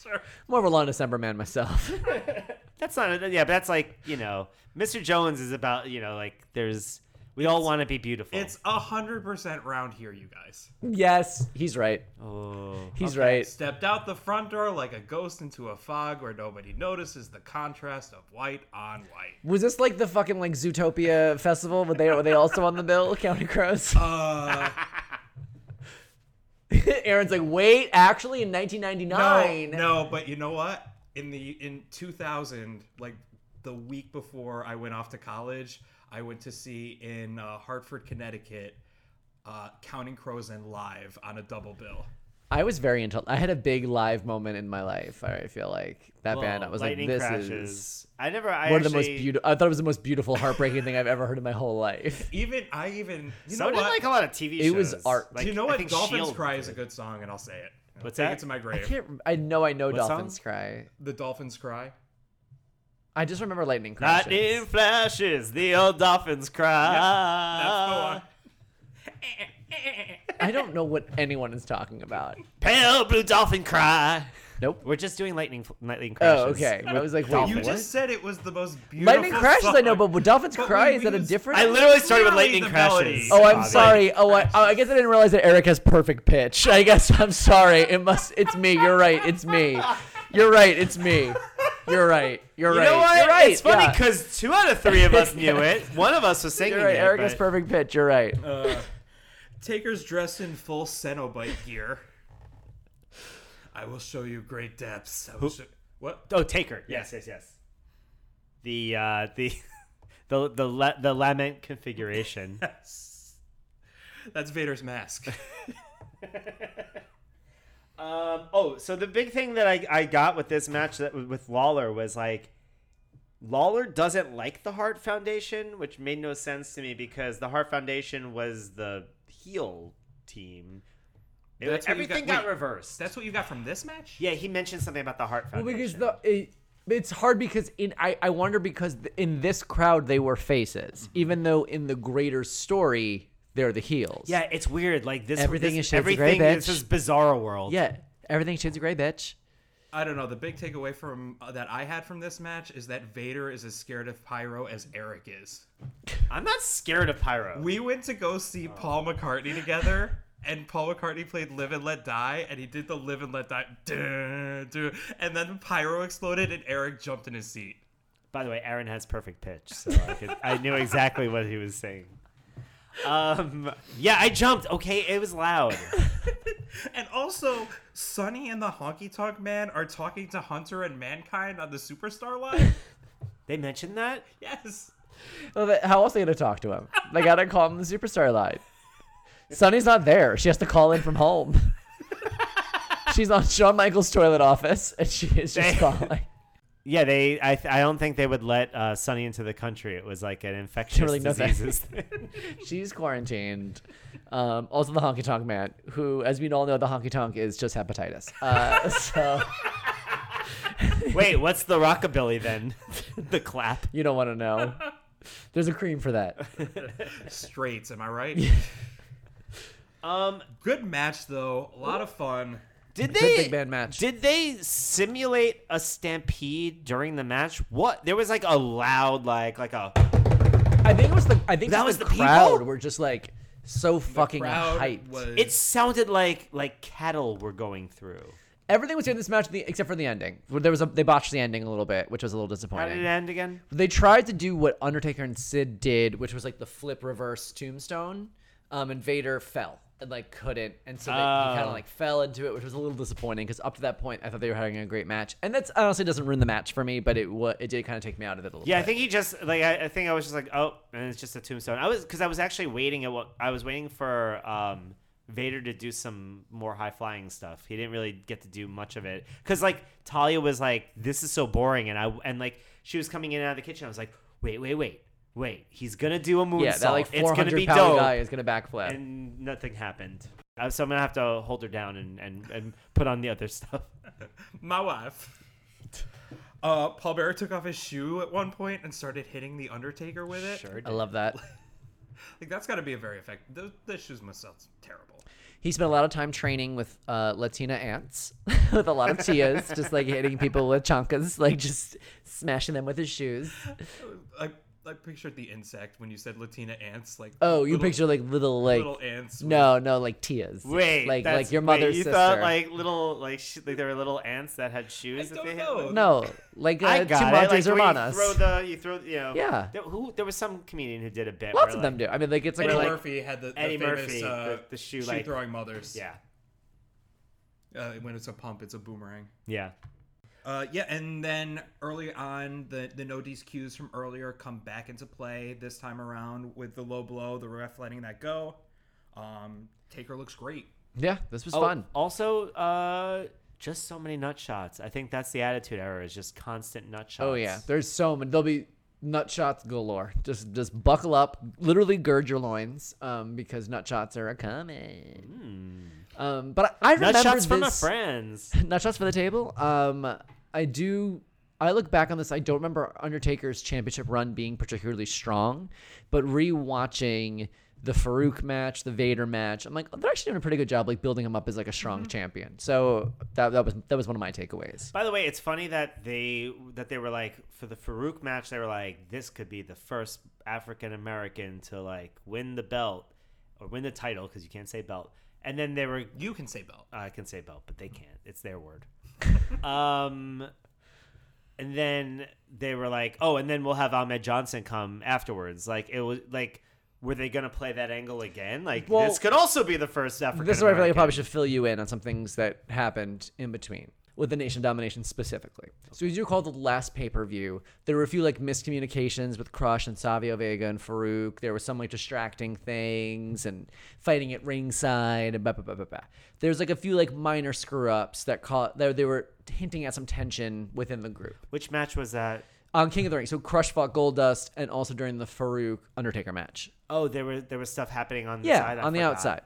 A: Sure.
C: more of a long December man myself. <laughs>
B: That's not yeah, but that's like you know Mr. Jones is about you know like there's We all want to be beautiful.
A: It's a hundred percent round here, you guys.
C: Yes, he's right.
B: oh.
C: He's right.
A: Stepped out the front door like a ghost into a fog where nobody notices the contrast of white on white.
C: Was this like the fucking like Zootopia festival? Were they were they also on the bill, <laughs> County Crows?
B: Uh.
C: <laughs> Aaron's like, wait, actually, in 1999.
A: No, no, but you know what? In the in 2000, like the week before I went off to college, I went to see in uh, Hartford, Connecticut, uh, Counting Crows and Live on a double bill.
C: I was very into. I had a big live moment in my life. I feel like that band. I was like,
B: lightning
C: this
B: crashes.
C: is
B: I never. I
C: one of the most
B: actually,
C: beautiful. I thought it was the most beautiful, heartbreaking thing I've ever heard in my whole life.
A: Even I even you
B: So
A: know
B: did
A: what?
B: like a lot of TV shows.
C: It was art.
B: Like,
A: you know
B: I E
A: what?
B: think
A: Dolphins
B: Shield
A: Cry
B: did
A: is a
B: it.
A: good song, and I'll say it. I'll
B: What's
A: take
B: that?
A: it to my
C: I
A: grave.
C: can't. I know. I know.
B: What
C: Dolphins
B: song?
C: cry.
A: The Dolphins Cry.
C: I just remember lightning crashes.
B: Lightning flashes. The old dolphins Uh,
A: That's the one.
B: cry.
C: I don't know what anyone is talking about.
B: Pale blue dolphin cry.
C: Nope.
B: We're just doing lightning fl- lightning crashes.
C: Oh, okay. I was like, wait,
A: You
B: Dolphins.
C: what?
A: just said it was the most beautiful.
B: <laughs>
C: lightning crashes. I know,
A: song.
C: but with dolphins
A: But
C: cry
A: we
C: is that a
A: used-
C: different?
B: I literally started with
A: Literally
B: lightning
A: the melody.
B: crashes.
C: Oh, I'm
B: Bobby.
C: sorry. Oh, I, oh, I guess I didn't realize that Eric has perfect pitch. I guess I'm sorry. It must. It's me. You're right. It's me. You're right. It's me. You're right. You're
B: You
C: right.
B: know what?
C: You're right.
B: It's funny
C: yeah.
B: because two out of three of
C: <laughs>
B: us knew it. One of us was singing
C: You're right.
B: it.
C: Eric has
B: but- Oh,
C: perfect pitch. You're right.
A: Taker's dressed in full Cenobite gear. I will show you great depths. I will show- what?
B: Oh, Taker. Yes, yes, yes. The uh, the <laughs> the the la- the lament configuration.
A: That's Vader's
C: <laughs>
A: mask.
B: Um, oh, so the big thing that I, I got with this match that with Lawler was like Lawler doesn't like the Hart Foundation, which made no sense to me because the Hart Foundation was the heel team. It-
A: That's what you
B: everything
A: got-
B: got,
A: wait,
B: reversed.
A: That's what you got from this match?
B: yeah, he mentioned something about the Hart
C: Well,
B: Foundation.
C: because the it, it's hard because in I, I wonder because th- in this crowd they were faces,
B: Mm-hmm.
C: even though in the greater story they're the heels.
B: yeah, it's weird. Like this,
C: Everything
B: this,
C: is shades of gray,
B: everything is
C: bitch.
B: this bizarro world.
C: yeah. Everything shades of gray, bitch.
A: I don't know. The big takeaway from uh, that I had from this match is that Vader is as scared of Pyro as Eric is.
B: I'm not scared of Pyro.
A: We went to go see
C: Oh.
A: Paul McCartney together, and Paul McCartney played Live and Let Die, and he did the Live and Let Die. Duh, duh, and then Pyro exploded, and Eric jumped in his seat.
B: By the way, Aaron has perfect pitch, so I, could, I knew exactly what he was saying. Um, yeah, I jumped. Okay, it was loud.
A: And also, Sonny and the Honky Tonk Man are talking to Hunter and Mankind on the Superstar line.
C: <laughs>
B: They mentioned that.
A: yes.
C: Well, th- How else are they gonna talk to him? They gotta call him the superstar line. Sunny's not there. She has to call in from home. <laughs> She's on Shawn Michaels' toilet office, and she is just
B: They-
C: calling.
B: Yeah, they. I, th- I don't think they would let uh, Sonny into the country. It was like an infectious
C: really know that.
B: diseases
C: <laughs>
B: thing.
C: She's quarantined. Um, also, the honky tonk man, who, as we all know, the honky tonk is just hepatitis. Uh, <laughs> so
B: Wait, what's the rockabilly then? <laughs> the clap.
C: you don't want to know. There's a cream for that.
A: Straights, am I right?
B: Um,
A: Good match, though. A lot of fun.
B: did
C: Good
B: they?
C: big band match.
B: Did they simulate a stampede during the match? What? There was like a loud, like like a.
C: I think it was the. I think
B: That
C: it
B: was the people?
C: crowd were just like so fucking
A: Crowd
C: hyped.
A: was-
B: It sounded like like cattle were going through.
C: Everything was good in this match, the- except for the ending. Where There was a, they botched the ending a little bit, which was a little
B: How did it
C: disappointing.
B: end again?
C: They tried to do what Undertaker and Sid did, which was like the flip reverse tombstone. Um, and Vader fell and like couldn't, and so they, he kind
B: Oh.
C: of like fell into it, which was a little disappointing because up to that point I thought they were having a great match, and that's honestly doesn't ruin the match for me, but it wa- it did kind of take me out of it a little.
B: Yeah, I
C: bit.
B: think he just like I, I think I was just like, oh, and it's just a tombstone. I was because I was actually waiting at what I was waiting for um, Vader to do some more high flying stuff. He didn't really get to do much of it because like Talia was like, this is so boring, and I and like she was coming in and out of the kitchen. I was like, wait, wait, wait, wait. He's gonna do a moonsault.
C: yeah, that like
B: it's gonna
C: 400
B: be
C: pound
B: dope,
C: guy is gonna backflip.
B: and nothing happened. Uh, So I'm gonna have to hold her down and and, and put on the other <laughs> stuff.
A: My wife. Uh, Paul Bearer took off his shoe at one point and started hitting the Undertaker with it.
B: Sure.
C: I love that.
A: Like that's got to be a very effective. Those, those shoes must sound terrible.
C: He spent a lot of time training with uh, Latina ants, <laughs> with a lot of tias, just like hitting people with chancas, like just smashing them with his shoes.
A: Like I pictured the insect when you said Latina ants. Like
C: Oh, you
A: little-
C: picture like little like
A: little ants.
C: no, no, like Tia's.
B: Wait,
C: like
B: that's-
C: like your
B: wait,
C: mother's
B: you
C: sister.
B: thought like little like sh- like there were little ants that had shoes
A: I
B: that they
A: don't
B: hit.
A: know.
B: with?
C: no, like uh,
B: I got it. Like
C: Timontes
B: the way you
C: Hermanas.
B: throw the you throw you know
C: Yeah.
B: There, who there was some comedian who did a bit.
C: Lots
B: where,
C: of
B: like,
C: them do. I mean, like it's like,
A: Eddie
C: like
A: Murphy had the, the
B: Eddie
A: famous
B: Murphy,
A: uh,
B: the- the shoe, like-
A: throwing mothers.
B: Yeah,
A: Uh, when it's a pump, it's a boomerang.
B: yeah.
A: Uh, yeah, and then early on, the the no D's cues from earlier come back into play this time around with the low blow, the ref letting that go. Um, Taker looks great.
C: yeah, this was
B: Oh,
C: fun.
B: Also, uh, just so many nut shots. I think that's the attitude error is just constant nut shots.
C: Oh yeah, there's so many. There'll be nut shots galore. Just just buckle up, literally gird your loins, um, because nut shots are a coming. Um, but I, I
B: Hmm. nut
C: remember
B: shots
C: this,
B: from my friends.
C: <laughs> Not shots for the table. Um, I do. I look back on this. I don't remember Undertaker's championship run being particularly strong, but rewatching the Farouk match, the Vader match, I'm like, oh, they're actually doing a pretty good job, like building him up as like a strong champion. So that, that was that was one of my takeaways.
B: By the way, it's funny that they that they were like for the Farouk match, they were like, this could be the first African American to like win the belt or win the title because you can't say belt. And then they were
A: You can say belt.
B: I can say belt, but they can't. It's their
C: <laughs>
B: word. um, and then they were like, "Oh, and then we'll have Ahmed Johnson come afterwards." Like it was like, were they gonna play that angle again? Like
C: Well,
B: this could also be the first African.
C: This is where I feel like I
B: American.
C: probably should fill you in on some things that happened in between with the nation domination specifically. So you do call the last pay per view. There were a few like miscommunications with Crush and Savio Vega and Farouk. There was some like distracting things and fighting at ringside and blah blah blah blah blah. There's like a few like minor screw ups that caught that they were hinting at some tension within the group.
B: Which match was that?
C: On King of the Ring, so Crush fought Goldust and also during the Farouk Undertaker match.
B: Oh, there were there was stuff happening on the
C: Yeah,
B: side. I
C: on the
B: forgot. Oh,
C: outside.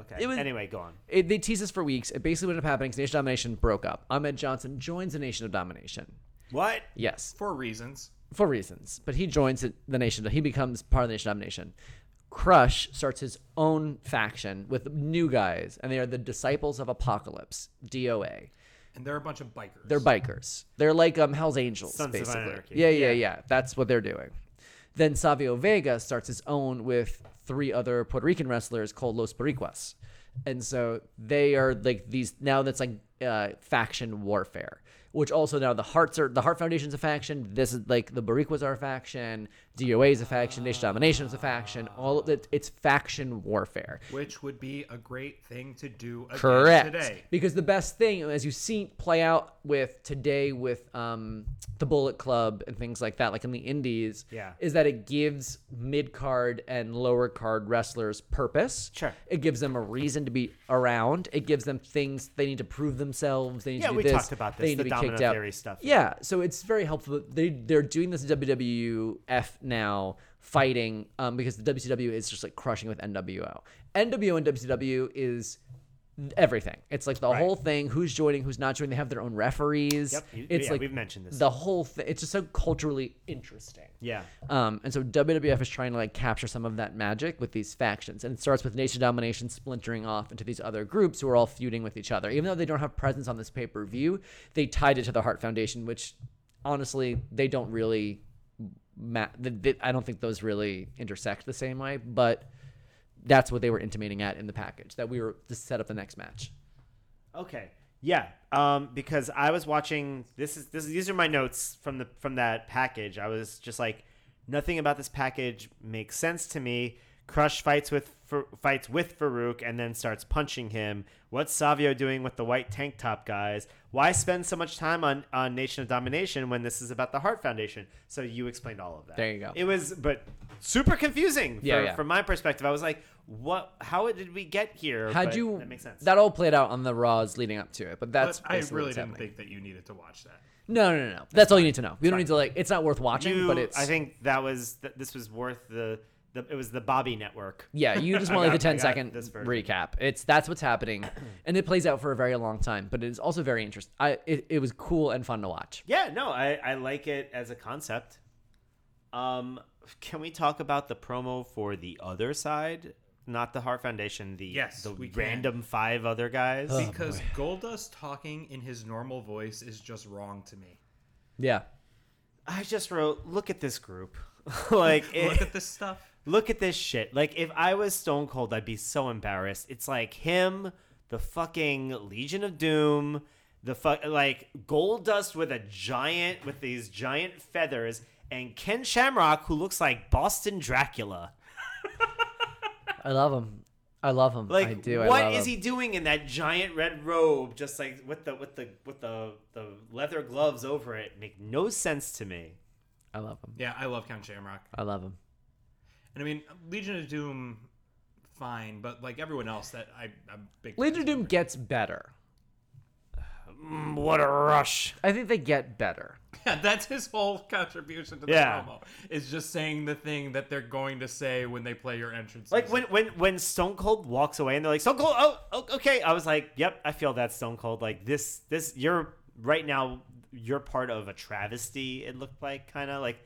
B: Okay.
C: It was-
B: anyway, go on.
C: It, they teased us for weeks. It basically what ended up happening is Nation of Domination broke up. Ahmed Johnson joins the Nation of Domination.
B: What?
C: Yes,
A: For reasons.
C: for reasons. But he joins it- the Nation. He becomes part of the Nation of Domination. Crush starts his own faction with new guys, and they are the Disciples of Apocalypse, DOA.
A: And they're a bunch of bikers.
C: They're bikers. They're like um, Hell's Angels,
B: Sons of
C: basically.
B: Anarchy.
C: Yeah, yeah,
B: Yeah.
C: yeah, That's what they're doing. Then Savio Vega starts his own with three other Puerto Rican wrestlers called Los Boricuas, and so they are like these now. That's like uh, faction warfare. Which also now the hearts are the Heart Foundation's a faction. This is like the Boricuas are a faction. DOA is a faction. Nation Domination is a faction. All of it, it's faction warfare.
A: Which would be a great thing to do again
C: Correct.
A: today.
C: Because the best thing, as you see play out with today with um, the Bullet Club and things like that, like in the indies,
B: Yeah.
C: is that it gives mid card and lower card wrestlers purpose.
B: Sure.
C: It gives them a reason to be around. It gives them things they need to prove themselves. They need
B: Yeah,
C: to do
B: we
C: this.
B: talked about this,
C: They need
B: the
C: to be
B: domino
C: kicked out.
B: theory stuff.
C: Yeah, so it's very helpful. They they're doing this WWF now fighting um, because the WCW is just like crushing with NWO. NWO and WCW is everything. It's like the whole thing. Who's joining? Who's not joining? They have their own referees.
B: Yep. you-
C: It's
B: yeah,
C: like
B: we've mentioned this.
C: the whole thing. It's just so culturally interesting.
B: yeah.
C: Um, and so WWF is trying to like capture some of that magic with these factions, and it starts with Nation Domination splintering off into these other groups who are all feuding with each other. Even though they don't have presence on this pay per view, they tied it to the Hart Foundation, which honestly they don't really. Ma- th th I don't think those really intersect the same way, but that's what they were intimating at in the package that we were to set up the next match.
B: Okay. Yeah. Um, because I was watching this is this is, these are my notes from the from that package. I was just like, nothing about this package makes sense to me. Crush fights with Fa- fights with Farouk and then starts punching him. What's Savio doing with the white tank top guys? Why spend so much time on on Nation of Domination when this is about the Heart Foundation? So you explained all of that.
C: There you go.
B: It was but super confusing.
C: Yeah,
B: for-
C: yeah.
B: From my perspective, I was like, what? How did we get here?
C: Had
B: But
C: you
B: that makes sense.
C: That all played out on the Raws leading up to it, but that's
A: But I
C: basically
A: really
C: what's
A: didn't
C: happening.
A: think that you needed to watch that.
C: No, no, no, no. That's all you need to know. You don't need to like. It's not worth watching,
B: you,
C: but it's.
B: I think that was th- this was worth the, the it was the Bobby Network. <laughs>
C: Yeah, you just
B: I
C: want like the
B: got- I
C: 10
B: got
C: second
B: this version.
C: recap. It's that's what's
B: <clears throat>
C: happening, and it plays out for a very long time. But it is also very interesting. I it, it was cool and fun to watch.
B: Yeah, no, I I like it as a concept. Um, can we talk about the promo for the other side, not the Heart Foundation? The
A: Yes,
B: the
A: we can.
B: random five other guys.
C: Oh,
A: because Goldust talking in his normal voice is just wrong to me.
C: Yeah,
B: I just wrote, look at this group. <laughs> like,
C: Eh.
B: it-
A: Look at this stuff.
B: look at this shit. Like, if I was Stone Cold, I'd be so embarrassed. It's like him, the fucking Legion of Doom, the fuck, like Gold Dust with a giant, with these giant feathers, and Ken Shamrock, who looks like Boston Dracula.
C: I love him. I love him.
B: Like,
C: I do. I
B: what
C: love
B: is
C: him.
B: he doing in that giant red robe, just like with the with the with the the leather gloves over it? Make no sense to me.
C: I love him.
A: Yeah, I love Count Shamrock.
C: I love him.
A: And I mean, Legion of Doom, fine, but like everyone else, that I, I'm big.
C: Legion of Doom gets better.
B: Mm, what a rush!
C: I think they get better.
A: Yeah, <laughs> that's his whole contribution to the
B: Yeah.
A: promo is just saying the thing that they're going to say when they play your entrance.
B: Like
A: music.
B: when when when Stone Cold walks away and they're like Stone Cold, oh o- okay. I was like, yep, I feel that Stone Cold. Like this this you're right now you're part of a travesty. It looked like kind of like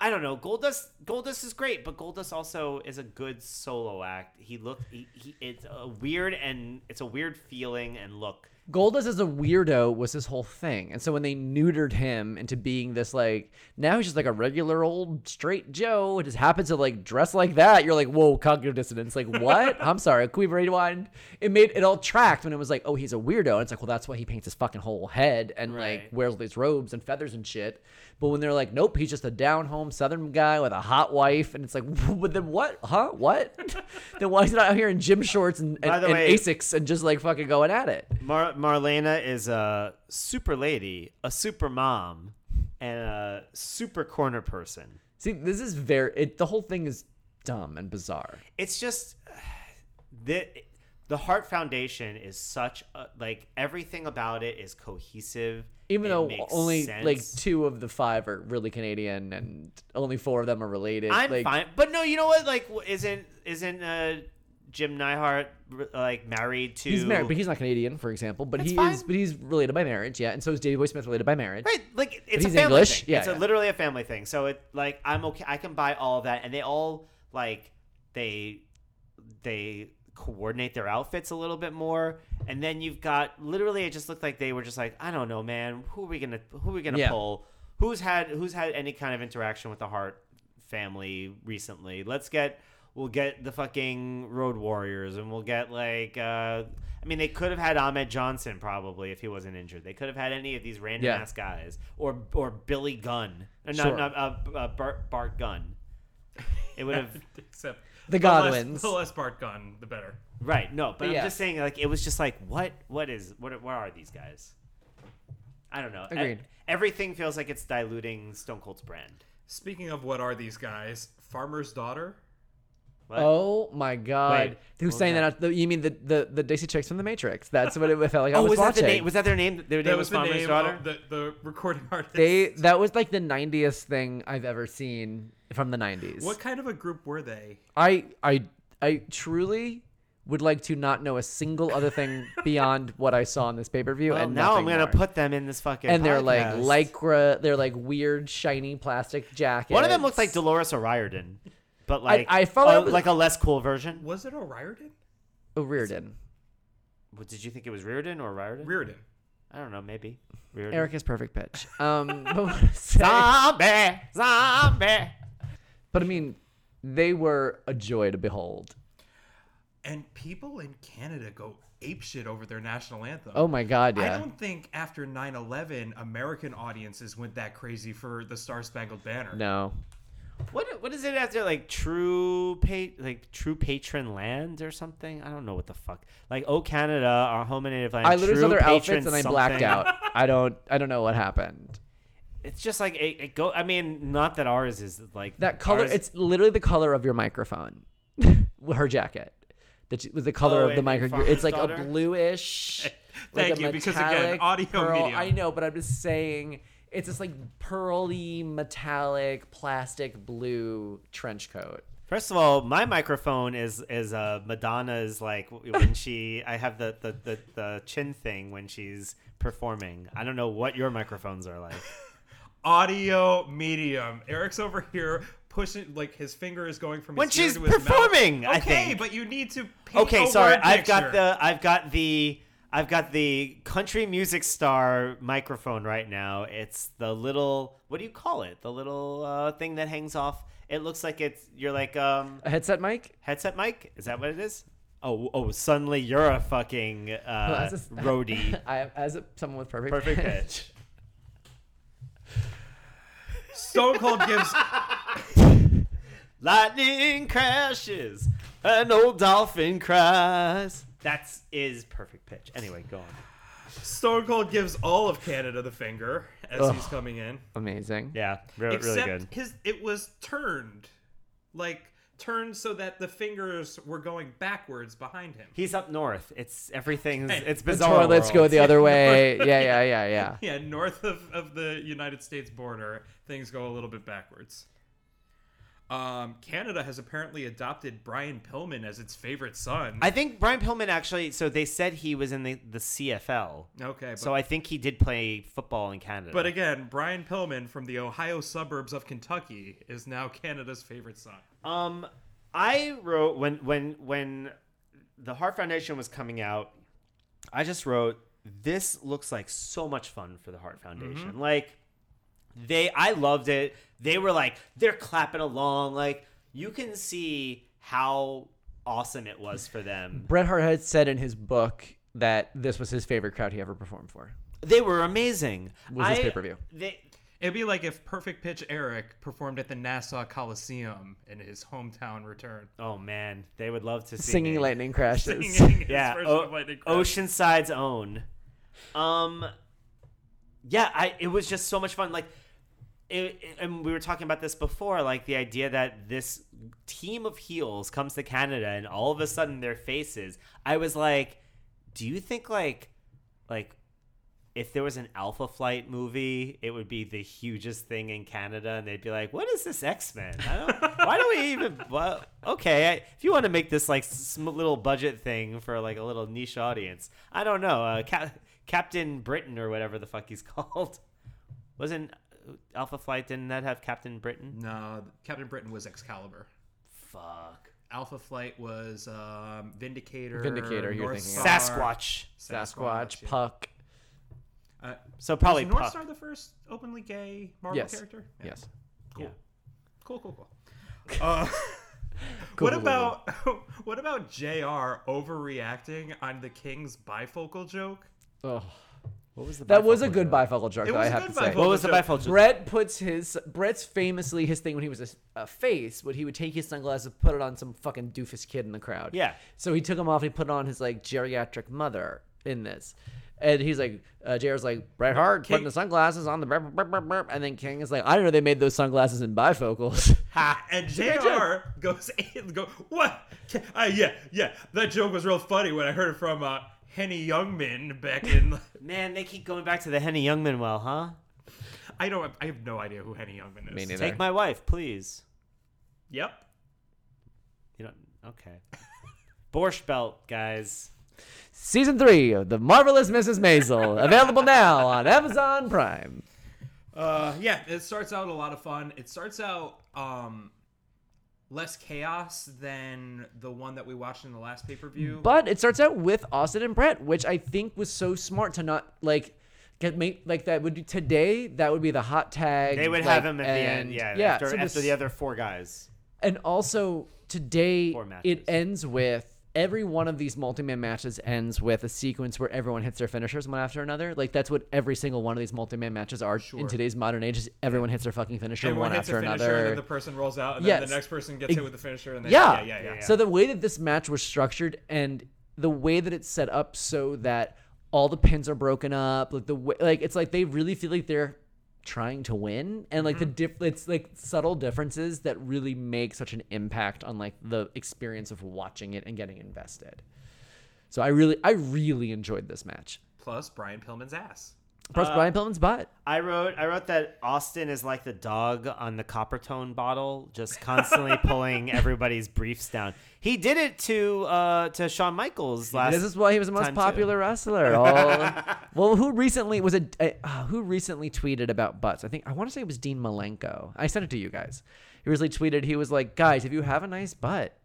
B: I don't know. Goldust Goldust is great, but Goldust also is a good solo act. He looked he, he it's a weird and it's a weird feeling and look.
C: Goldust as a weirdo was his whole thing. And so when they neutered him into being this like now he's just like a regular old straight Joe It just happens to like dress like that, you're like, whoa, cognitive dissonance. Like,
B: <laughs>
C: what? I'm sorry, can we rewind? It made it all tracked when it was like, oh, he's a weirdo. And it's like, well, that's why he paints his fucking whole head and like
B: Right.
C: wears all these robes and feathers and shit. But when they're like, nope, he's just a down home southern guy with a hot wife, and it's like, <laughs> but then what? Huh?
B: <laughs>
C: What? then why is he not out here in gym shorts and, and,
B: By the
C: and
B: way-
C: Asics and just like fucking going at it?
B: Mar- Marlena is a super lady, a super mom, and a super corner person.
C: See, this is very. It, the whole thing is dumb and bizarre.
B: it's just <sighs> the the heart foundation is such a, like everything about it is cohesive
C: Even
B: It
C: though
B: makes
C: only
B: sense.
C: like two of the five are really Canadian, and only four of them are related.
B: i'm
C: like,
B: fine but no you know what like w- isn't isn't uh jim Neihart r- like married to
C: He's married, but he's not Canadian, for example. But
B: That's
C: he is,
B: fine.
C: but he's related by marriage, yeah. And so is Davy Boy Smith related by marriage.
B: Right, like it's
C: he's
B: a family
C: English?
B: thing.
C: Yeah,
B: it's A,
C: yeah.
B: literally a family thing. So it like I'm okay. I can buy all of that, and they all like they they coordinate their outfits a little bit more. And then you've got literally, it just looked like they were just like, I don't know, man. Who are we gonna who are we gonna
C: Yeah.
B: pull? Who's had who's had any kind of interaction with the Hart family recently? Let's get. We'll get the fucking Road Warriors, and we'll get like, uh, I mean, they could have had Ahmed Johnson probably if he wasn't injured. They could have had any of these random
C: Yeah.
B: ass guys or or Billy Gunn, or not,
C: Sure.
B: not uh, uh, Bart Bart Gunn. It would <laughs> have
A: except
C: The
A: less,
C: Godwins.
A: the less Bart Gunn, the better.
B: right. No, but
C: Yeah.
B: I'm just saying like it was just like what what is what what are these guys? I don't know. E-
C: Agreed.
B: everything feels like it's diluting Stone Cold's brand.
A: Speaking of what are these guys? Farmer's daughter.
B: What?
C: Oh my God!
B: Wait,
C: Who's
B: what
C: saying
B: was
C: that? out- You mean the, the the Dixie Chicks from the Matrix? That's what it felt like.
B: <laughs>
C: I
B: Oh,
C: was,
B: was that
C: watching.
B: the name? Was that their name? Their name
A: That was
B: was
A: the
B: Farmer's
A: name
B: daughter.
A: of the, the recording <laughs> artist.
C: they that was like the '90s thing I've ever seen from the '90s.
A: What kind of a group were they?
C: I I I truly would like to not know a single
B: <laughs>
C: other thing beyond what I saw in this pay per view.
B: well,
C: and
B: now I'm
C: nothing
B: gonna
C: more.
B: put them in this fucking.
C: and they're like
B: podcast.
C: lycra, they're like weird shiny plastic jackets.
B: one of them looks like Dolores O'Riordan, but like
C: I felt it
B: a-
C: was-
B: like a less cool version.
A: Was it O'Riordan?
C: oh, Reardon.
B: What, did you think it was Reardon or Riordan?
A: Reardon.
B: I don't know, maybe. Reardon.
C: Erica's perfect pitch.
B: <laughs>
C: Um, but, what I say-
B: Zombie, zombie.
C: but I mean, they were a joy to behold.
A: And people in Canada go apeshit over their national anthem.
C: Oh my god,
A: I
C: yeah.
A: don't think after 9/11 American audiences went that crazy for the Star Spangled Banner.
C: No,
B: What what is it after like true pa- like true patron land or something? I don't know what the fuck. Like oh Canada, our home and native land.
C: I literally saw
B: true
C: their outfits
B: patron
C: and I blacked
B: something.
C: out. I don't. I don't know what happened.
B: It's just like it, it go. I mean, not that ours is like
C: That color,
B: ours-
C: it's literally the color of your microphone. <laughs> Her jacket. That was the color
B: Oh,
C: of the
B: and- and
C: microphone.
B: Farmer's
C: It's like a
B: Daughter? <laughs>
C: bluish.
A: Thank
C: a
A: you, because again,
C: metallic
A: audio
C: pearl-
A: medium.
C: I know, but I'm just saying it's this like pearly metallic plastic blue trench coat.
B: First of all, my microphone is is uh, Madonna's
C: <laughs>
B: like when she I have the, the, the, the chin thing when she's performing. I don't know what your microphones are like.
A: Audio medium. Eric's over here pushing like his finger is going from his
B: When
A: ear
B: she's
A: to his mouth.
B: performing, I
A: Okay,
B: think.
A: but you need to paint
B: Okay,
A: over
B: sorry.
A: a
B: I've got
A: picture.
B: the I've got the I've got the country music star microphone right now. It's the little what do you call it? The little uh, thing that hangs off. It looks like it's you're like um
C: A headset mic?
B: headset mic. Is that what it is? Oh, oh! Suddenly you're a fucking uh,
C: As <laughs> a-
B: roadie.
C: I am as a, someone with perfect
B: Perfect pitch.
A: Stone Cold
B: <laughs>
A: gives
B: Lightning crashes. An old dolphin cries. That's is perfect pitch. Anyway, go on.
A: Stone Cold gives all of Canada the finger as he's coming in.
C: <laughs> Amazing.
B: Yeah, re- really
A: Except
B: good.
A: his it was turned. Like turned so that the fingers were going backwards behind him.
B: He's up north. It's everything's.
A: Hey,
B: It's
C: The
B: bizarre.
C: toilets go
B: world.
C: the
B: <laughs>
C: other way. Yeah, yeah, yeah, yeah.
A: Yeah, north of, of the United States border, things go a little bit backwards. Um, Canada has apparently adopted Brian Pillman as its favorite son.
B: I think Brian Pillman actually. So they said he was in the, the CFL.
A: okay, but,
B: So I think he did play football in Canada.
A: but again, Brian Pillman from the Ohio suburbs of Kentucky is now Canada's favorite son.
B: Um, I wrote when when when the Heart Foundation was coming out. I just wrote this looks like so much fun for the Heart
A: Mm-hmm.
B: Foundation. Like they, I loved it. They were like they're clapping along. Like you can see how awesome it was for them.
C: Bret Hart had said in his book that this was his favorite crowd he ever performed for.
B: They were amazing.
C: Was this
B: I-
C: pay-per-view?
B: They.
A: It'd be like if Perfect Pitch Eric performed at the Nassau Coliseum in his hometown
B: <laughs>
A: return.
B: Oh man, they would love to see
C: Singing
B: me.
C: lightning crashes. <laughs>
A: Singing <laughs> his
B: yeah, Oh,
A: version
B: O-
A: of Lightning Crash.
B: Oceanside's own. Um, yeah, I it was just so much fun. Like, it, it- and we were talking about this before. Like the idea that this team of heels comes to Canada and all of a sudden their faces. I was like, do you think like, like. If there was an Alpha Flight movie, it would be the hugest thing in Canada, and they'd be like, "What is this X Men? Why do we even? Well, okay, I, if you want to make this like sm- little budget thing for like a little niche audience, I don't know. Uh, Cap- Captain Britain or whatever the fuck he's <laughs> called wasn't uh, Alpha Flight? Didn't that have Captain Britain?
A: No, Captain Britain was Excalibur.
B: Fuck,
A: Alpha Flight was um, Vindicator.
C: Vindicator, you're
A: North
C: thinking of.
A: Star.
B: Sasquatch.
C: Sasquatch,
A: yeah.
C: Puck.
A: Uh,
B: So probably
A: was North
B: Puck.
A: Star the first openly gay Marvel
C: Yes.
A: character? Yeah.
C: Yes.
B: Yeah.
A: Cool, cool,
C: <laughs>
A: cool. Uh, what about <laughs> what about Jr. overreacting on the King's bifocal joke?
C: Oh.
B: What was the
C: That was
B: bifocal
C: a good
B: joke?
C: bifocal joke,
A: It
C: though,
A: was
C: I
A: a
C: have
A: good
C: to say.
A: bifocal
B: What was the
A: joke.
B: bifocal joke?
C: Brett puts his Brett's famously his thing when he was a, a face when he would take his sunglasses, put it on some fucking doofus kid in the crowd.
B: Yeah.
C: So he took them off. He put on his like geriatric mother in this, and he's like, uh, Jared's like Bret Hart putting the sunglasses on the, burp, burp, burp, burp," and then King is like, I didn't know they made those sunglasses in bifocals. <laughs>
A: Ha! And Jr. goes go what? Ca- Uh, yeah, yeah. That joke was real funny when I heard it from uh, Henny Youngman back
C: <laughs>
A: in.
B: Man, they keep going back to the Henny Youngman well, huh?
A: I don't. I have no idea who Henny Youngman is.
C: Me neither.
B: Take my wife, please.
A: Yep.
B: You don't. Okay. <laughs> Borscht Belt, guys.
C: Season three of the marvelous Mrs. Maisel available now on Amazon Prime.
A: Uh, yeah, it starts out a lot of fun. It starts out um, less chaos than the one that we watched in the last pay per view.
C: But it starts out with Austin and Brett, which I think was so smart to not like get make like that would today that would be the hot tag.
B: They would
C: like,
B: have him at the end,
C: and-
B: yeah.
C: yeah.
B: after
C: so
B: after
C: this-
B: the other four guys.
C: and also today
B: Four matches.
C: it ends with every one of these multi-man matches ends with a sequence where everyone hits their finishers one after another. Like that's what every single one of these multi-man matches are in today's modern age. Is everyone hits their fucking finisher
A: Everyone
C: one
A: hits
C: after
A: a finisher,
C: another.
A: and then the person rolls out, and then
C: Yes.
A: the next person gets hit with the finisher, and then
C: yeah.
A: yeah, yeah. yeah.
C: So the way that this match was structured and the way that it's set up so that all the pins are broken up, like the way, like it's like they really feel like they're trying to win and like the diff it's like subtle differences that really make such an impact on like the experience of watching it and getting invested. So I really I really enjoyed this match.
A: Plus Brian Pillman's ass.
C: Plus Brian Pillman's butt.
B: I wrote I wrote that Austin is like the dog on the Coppertone bottle, just <laughs> constantly pulling everybody's briefs down. He did it to uh to Shawn Michaels last.
C: This is why he was the most
B: time, too.
C: popular
B: <laughs>
C: wrestler. All, well, who recently was a uh, who recently tweeted about butts? I think I want to say it was Dean Malenko. I sent it to you guys. He recently tweeted. He was like, "Guys, if you have a nice butt,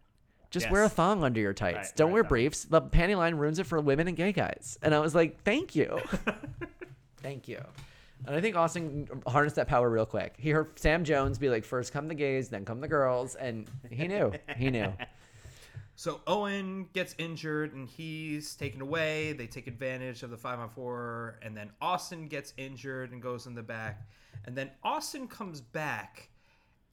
C: Just wear a
B: Yes.
C: thong under your tights.
B: Right,
C: Don't
B: right,
C: wear
B: right.
C: briefs. The panty line ruins it for women and gay guys. And I was like,
B: <laughs>
C: thank you. thank you. And I think Austin harnessed that power real quick. He heard Sam Jones be like, first come the gays, then come the girls. And he knew. He knew.
A: So Owen gets injured and he's taken away. They take advantage of the five on four, and then Austin gets injured and goes in the back, and then Austin comes back.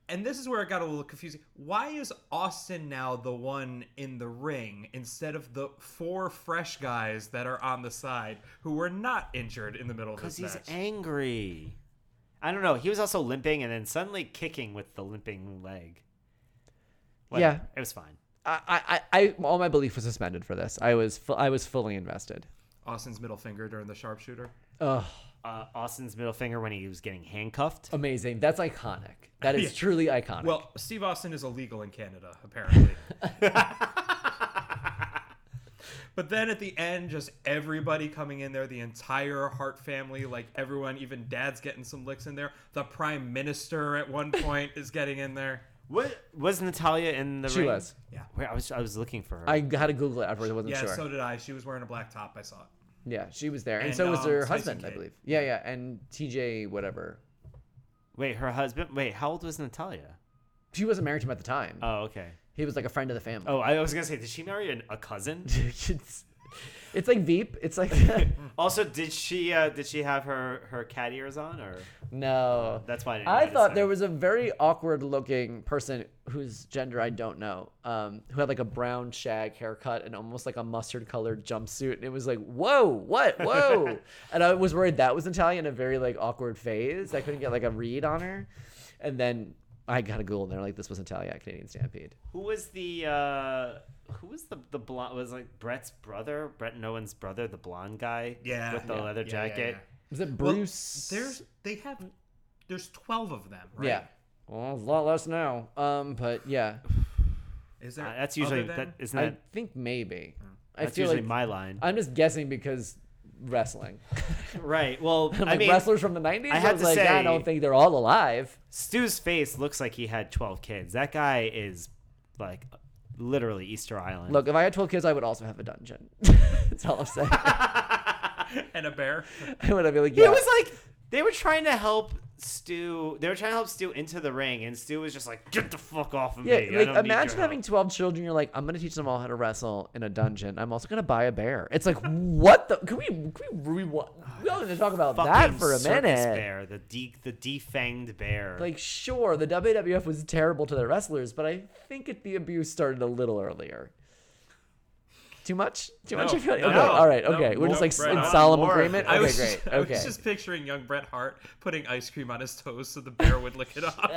A: And this is where it got a little confusing. Why is Austin now the one in the ring instead of the four fresh guys that are on the side who were not injured in the middle of
B: Because
A: this
B: he's
A: match?
B: angry. I don't know. He was also limping and then suddenly kicking with the limping leg. Whatever.
C: Yeah.
B: It was fine.
C: I, I, I, all my belief was suspended for this. I was, fu- I was fully invested.
A: Austin's middle finger during the sharpshooter.
C: Ugh.
B: Uh, Austin's middle finger when he was getting handcuffed.
C: Amazing. That's iconic. That is
A: <laughs>
C: truly iconic.
A: Well, Steve Austin is illegal in Canada, apparently. <laughs> but then at the end, just everybody coming in there, the entire Hart family, like everyone, even dad's getting some licks in there. The prime minister at <laughs> one point is getting in there.
B: What was Natalia in the
C: She
B: ring?
C: was.
A: Yeah.
B: Where I was I was looking for her.
C: I had to Google it afterwards. I wasn't
A: Yeah,
C: sure.
A: so did I. She was wearing a black top. I saw it.
C: yeah, she was there, and,
A: And,
C: so was
A: um,
C: her
A: Tyson
C: husband, I
A: Kidd.
C: believe. Yeah, yeah, and TJ whatever.
B: Wait, her husband. Wait, how old was Natalia?
C: She wasn't married to him at the time.
A: Uh,
B: Oh, okay.
C: he was like a friend of the family.
B: Oh, I was gonna say, did she marry an, a cousin?
C: <laughs> it's, it's like Veep.
A: <laughs>
C: It's like <laughs>
B: also, did she uh, did she have her her cat ears on or?
C: no.
B: That's why I didn't
C: I
B: notice
C: thought
B: her.
C: there was a very awkward looking person whose gender I don't know, um, who had like a brown shag haircut and almost like a mustard colored jumpsuit, and it was like, whoa, what, <laughs> whoa, and I was worried that was Natalia in a very like awkward phase. I couldn't get like a read on her, and then I got a Google and they're like, this was Natalia at Canadian Stampede.
B: Who was the uh who was the the blonde was like Brett's brother, Brett and Owen's brother, the blonde guy
A: Yeah,
B: with the
A: yeah,
B: leather
A: yeah, yeah,
B: jacket.
A: yeah.
C: Was it
A: Well,
C: Bruce?
A: there's they have there's twelve of them, right?
C: yeah. Well, it's a lot less now. Um, but <laughs> yeah,
A: Is there
B: Uh, that's usually
A: other than-
B: that isn't
C: I
B: that
C: think maybe. I
B: that's
C: feel
B: usually
C: like
B: my line.
C: I'm just guessing because wrestling. <laughs>
B: right. Well, I
C: like
B: mean,
C: wrestlers from the 90s.
B: I
C: I,
B: had
C: was
B: to
C: like, I
B: say-
C: don't think they're all alive.
B: Stu's face looks like he had 12 kids. That guy is like literally Easter Island.
C: Look, if I had 12 kids, I would also have a dungeon. <laughs> That's all
B: <laughs>
C: I'm saying.
A: <laughs> and a bear.
C: I would be like,
B: It
C: yeah.
B: was like they were trying to help Stu. They were trying to help Stu into the ring, and Stu was just like, "Get the fuck off of
C: yeah,
B: me!" I
C: like
B: don't need your
C: imagine having
B: help."
C: 12 children. You're like, I'm going to teach them all how to wrestle in a dungeon. I'm also going to buy a bear. It's like, what the? Can we, can we rewind?
A: Ah,
C: We don't need to talk about that
B: Fucking
C: for a
B: circus
C: minute.
B: Bear, the de- the defanged bear.
C: Like, sure, the WWF was terrible to their wrestlers, but I think it, the abuse started a little earlier. Too much? Too much?
A: No,
C: I feel like-
A: no,
C: okay, all right,
A: no,
C: okay. We're just
A: no,
C: like s-
A: Brett,
C: in
A: I want
C: solemn
B: more.
C: agreement.
A: I
C: Okay,
A: was
C: great.
A: just, I was
C: Okay.
A: just picturing young Bret Hart putting ice cream on his toes so the bear would lick it <laughs> off.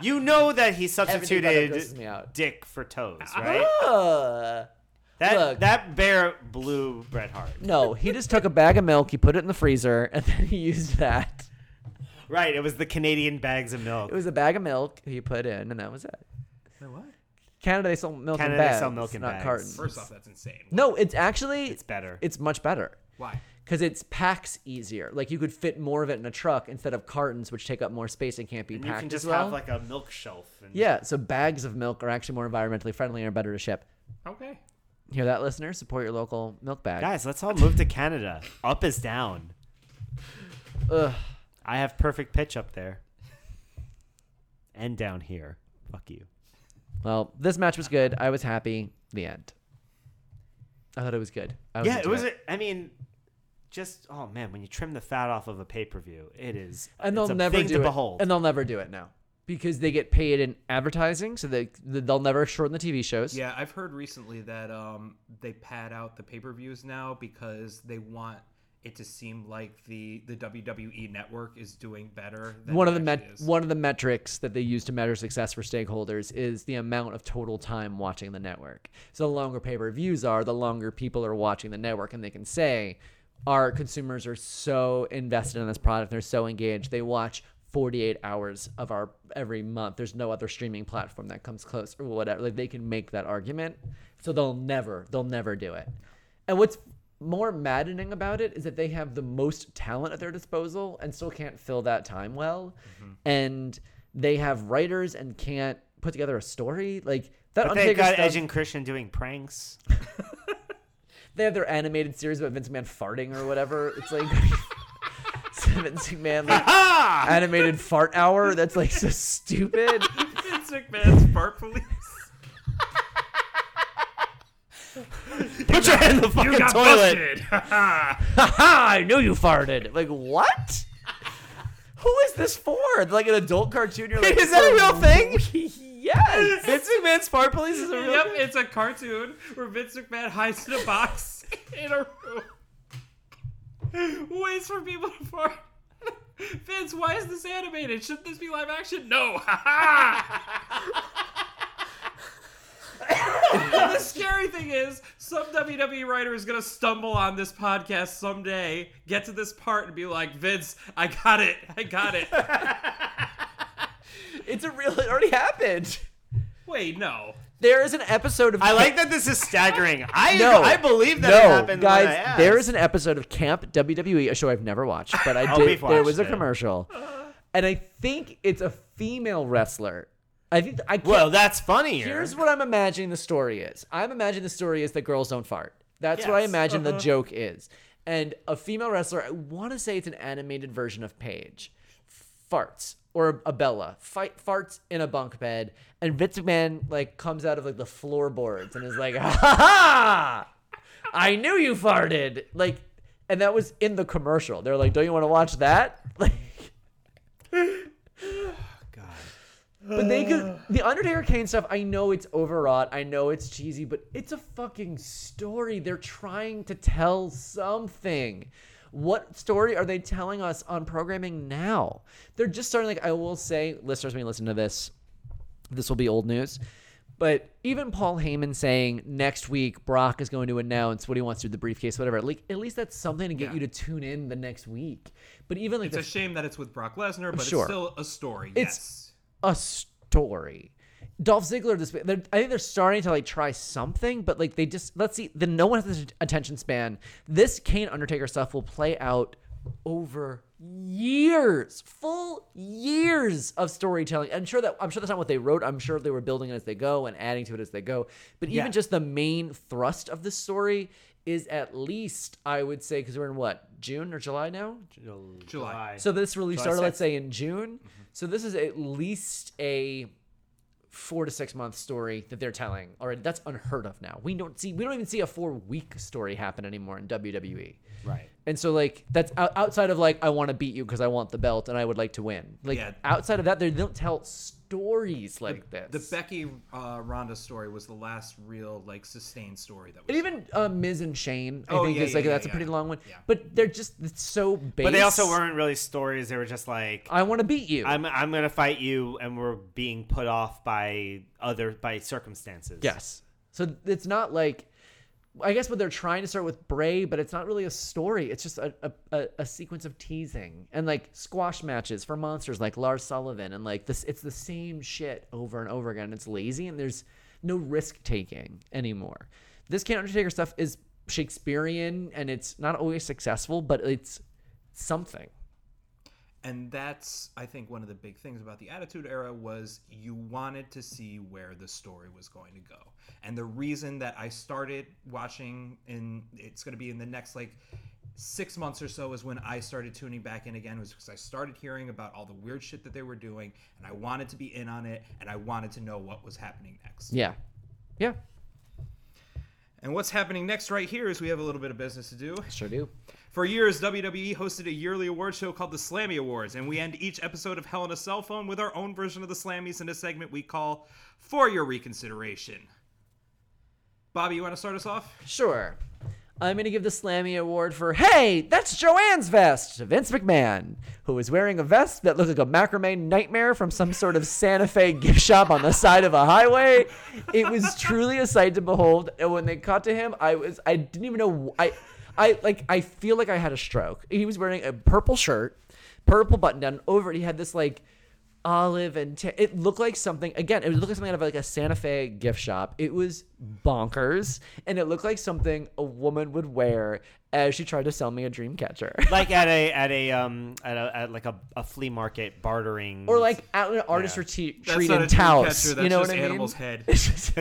B: You know that he
C: Everything about that
B: substituted
C: grosses me out. Ah,
B: dick for toes, right?
C: Uh,
B: that
C: look.
B: that bear blew Bret Hart.
C: no, he just took a bag of milk, he put it in the freezer, and then he used that.
B: Right, it was the Canadian bags of milk.
C: It was a bag of milk he put in, and that was it.
A: What?
C: Canada, they sell milk in
B: Canada,
C: bags,
B: they sell milk in
C: not
B: bags.
C: cartons.
A: First off, that's insane.
C: No, it's actually
B: It's better.
C: It's much better.
A: Why?
C: because it's packs easier. Like you could fit more of it in a truck instead of cartons, which take up more space and can't be
B: and you
C: packed
B: can
C: as
B: just
C: well.
B: have like a milk shelf. And
C: yeah, so bags of milk are actually more environmentally friendly and are better to ship.
A: Okay.
C: Hear that, listeners? Support your local milk bag.
B: Guys, let's all move to Canada. Up is down.
C: Ugh.
B: I have perfect pitch up there. And down here. Fuck you.
C: Well, this match was good. I was happy. The end. I thought it was good. I
B: Yeah, it
C: into
B: was. A, I mean, just oh man, when you trim the fat off of a pay per view, it is.
C: and
B: it's
C: they'll
B: a
C: never
B: thing
C: do
B: to
C: it.
B: behold.
C: And they'll never do it now because they get paid in advertising, so they they'll never shorten the TV shows.
A: Yeah, I've heard recently that um, they pad out the pay per views now because they want it to seem like the, the WWE network is doing better. Than
C: one
A: it
C: of the met-
A: actually is.
C: one of the metrics that they use to measure success for stakeholders is the amount of total time watching the network. So the longer pay-per-views are, the longer people are watching the network and they can say our consumers are so invested in this product, they're so engaged. They watch 48 hours of our every month. There's no other streaming platform that comes close or whatever. Like they can make that argument. So they'll never they'll never do it. And what's more maddening about it is that they have the most talent at their
B: Mm-hmm.
C: disposal and still can't fill that time well. And they have writers and can't put together a story. Like
B: But
C: that
B: they've
C: Undertaker
B: got
C: stuff.
B: Edge and Christian doing
C: <laughs>
B: pranks.
C: they have their animated series about Vince McMahon farting or whatever. It's like <laughs> Vince
B: <laughs>
C: McMahon like,
A: Ah!
C: animated fart hour. That's like so
B: <laughs>
C: stupid.
A: Vince McMahon's fart police.
B: Put your <laughs> head in the fucking
A: You got
B: toilet.
A: busted. Ha
C: Haha, I knew you farted. Like what? Who is this for? Like an adult cartoon? You're like,
B: <laughs>
C: oh
B: Is that a real thing?
C: yes.
B: Vince McMahon's fart police is a real.
A: yep, it's a cartoon where Vince McMahon hides in a box <laughs> in a room, waits for people to fart. <laughs> Vince, why is this animated? Shouldn't this be live action? No! <laughs> and the scary thing is, some WWE writer is gonna stumble on this podcast someday, get to this part, and be like, Vince, I got it, I got
C: <laughs>
A: it.
C: It's a real. It already happened.
A: Wait, no.
C: There is an episode of
B: I like that this is
C: <laughs>
B: staggering. I
C: No,
B: I believe that
C: no,
B: it happened. when I
C: guys.
B: asked.
C: There is an episode of Camp WWE, a show I've never watched,
B: <laughs>
C: but I
B: Oh,
C: did.
B: we've
C: There
B: watched
C: was a
B: it.
C: commercial, and I think it's a female wrestler. I think I can't,
B: Well, that's funnier.
C: Here's what I'm imagining the story is. I'm imagining the story is that girls don't fart. That's what I
B: Yes.
C: imagine the joke is. And a female wrestler, I want to say it's an animated version of Paige, farts or a Bella fight farts in a bunk bed, and Vince McMahon like comes out of like the floorboards and is like, <laughs> ha ha, ha! I knew you farted. Like, and that was in the commercial. They're like, don't you want to watch that? <laughs> Like. But they
A: <sighs>
C: could the Undertaker Kane stuff. I know it's overwrought. I know it's cheesy, but it's a fucking story. They're trying to tell something. What story are they telling us on programming now? They're just starting. Like I will say, listeners, when you listen to this, this will be old news. But even Paul Heyman saying next week Brock is going to announce what he wants to do with the briefcase, whatever. Like at least that's something to get you to tune in the next week. But even like
A: It's a
C: the
A: shame that it's with Brock Lesnar, but
C: Sure.
A: it's still a story.
C: It's-
A: yes.
C: a story. Dolph Ziggler, this they're- I think they're starting to like try something, but like they just let's see. Then no one has this attention span. This Kane Undertaker stuff will play out over years, full years of storytelling. I'm sure that I'm sure that's not what they wrote. I'm sure they were building it as they go and adding to it as they go. But even
B: Yeah.
C: just the main thrust of this story is at least I would say because we're in what June or July now,
A: July.
C: so this release
B: July
C: started, let's
B: 6th.
C: say, in June.
A: Mm-hmm.
C: So this is at least a four to six month story that they're telling already. That's unheard of now. We don't see, we don't even see a four week story happen anymore in WWE.
B: right.
C: And so, like, that's out- outside of like, I want to beat you because I want the belt and I would like to win. Like,
A: Yeah.
C: outside of that, they don't tell stories like this.
A: The Becky uh, Ronda story was the last real like sustained story that
C: But
A: we.
C: even uh, Miz and Shane, I
A: Oh,
C: think
A: yeah,
C: is like
A: yeah,
C: that's
A: yeah,
C: a pretty
A: yeah.
C: long one.
A: Yeah.
C: But they're just it's so base.
B: But they also weren't really stories. They were just like,
C: I want to beat you.
B: I'm I'm gonna fight you, and we're being put off by other by circumstances.
C: Yes. So it's not like, I guess what they're trying to start with Bray, but it's not really a story. It's just a, a, a, a sequence of teasing and like squash matches for monsters like Lars Sullivan and like this. It's the same shit over and over again. It's lazy and there's no risk taking anymore. This Can Undertaker stuff is Shakespearean and it's not always successful, but it's something.
A: and that's I think one of the big things about the Attitude Era was you wanted to see where the story was going to go. And the reason that I started watching in it's going to be in the next like six months or so is when I started tuning back in again was because I started hearing about all the weird shit that they were doing, and I wanted to be in on it, and I wanted to know what was happening next.
C: Yeah. Yeah.
A: And what's happening next right here is we have a little bit of business to do.
C: Sure do.
A: For years, WWE hosted a yearly award show called the Slammy Awards, and we end each episode of Hell in a Cell Phone with our own version of the Slammies in a segment we call For Your Reconsideration. Bobby, you want to start us off?
C: Sure. I'm going to give the Slammy Award for, hey, that's Joanne's vest to Vince McMahon, who is wearing a vest that looks like a macrame nightmare from some sort of Santa Fe gift shop on the side of a highway. It was truly a sight to behold. And when they cut to him, I was, I didn't even know, I, I like, I feel like I had a stroke. He was wearing a purple shirt, purple button down over it. He had this like olive and ta- it looked like something again it looked like something out of like a santa fe gift shop it was bonkers and it looked like something a woman would wear as she tried to sell me a dream catcher <laughs>
B: like at a at a um at a at like a, a flea market bartering
C: or like at an artist retreat
A: That's
C: treat
A: not
C: in
A: a dream
C: Taos.
A: catcher,
C: you
A: that's
C: know
A: just
C: what I mean?
A: animal's head.
C: <laughs> It's, just-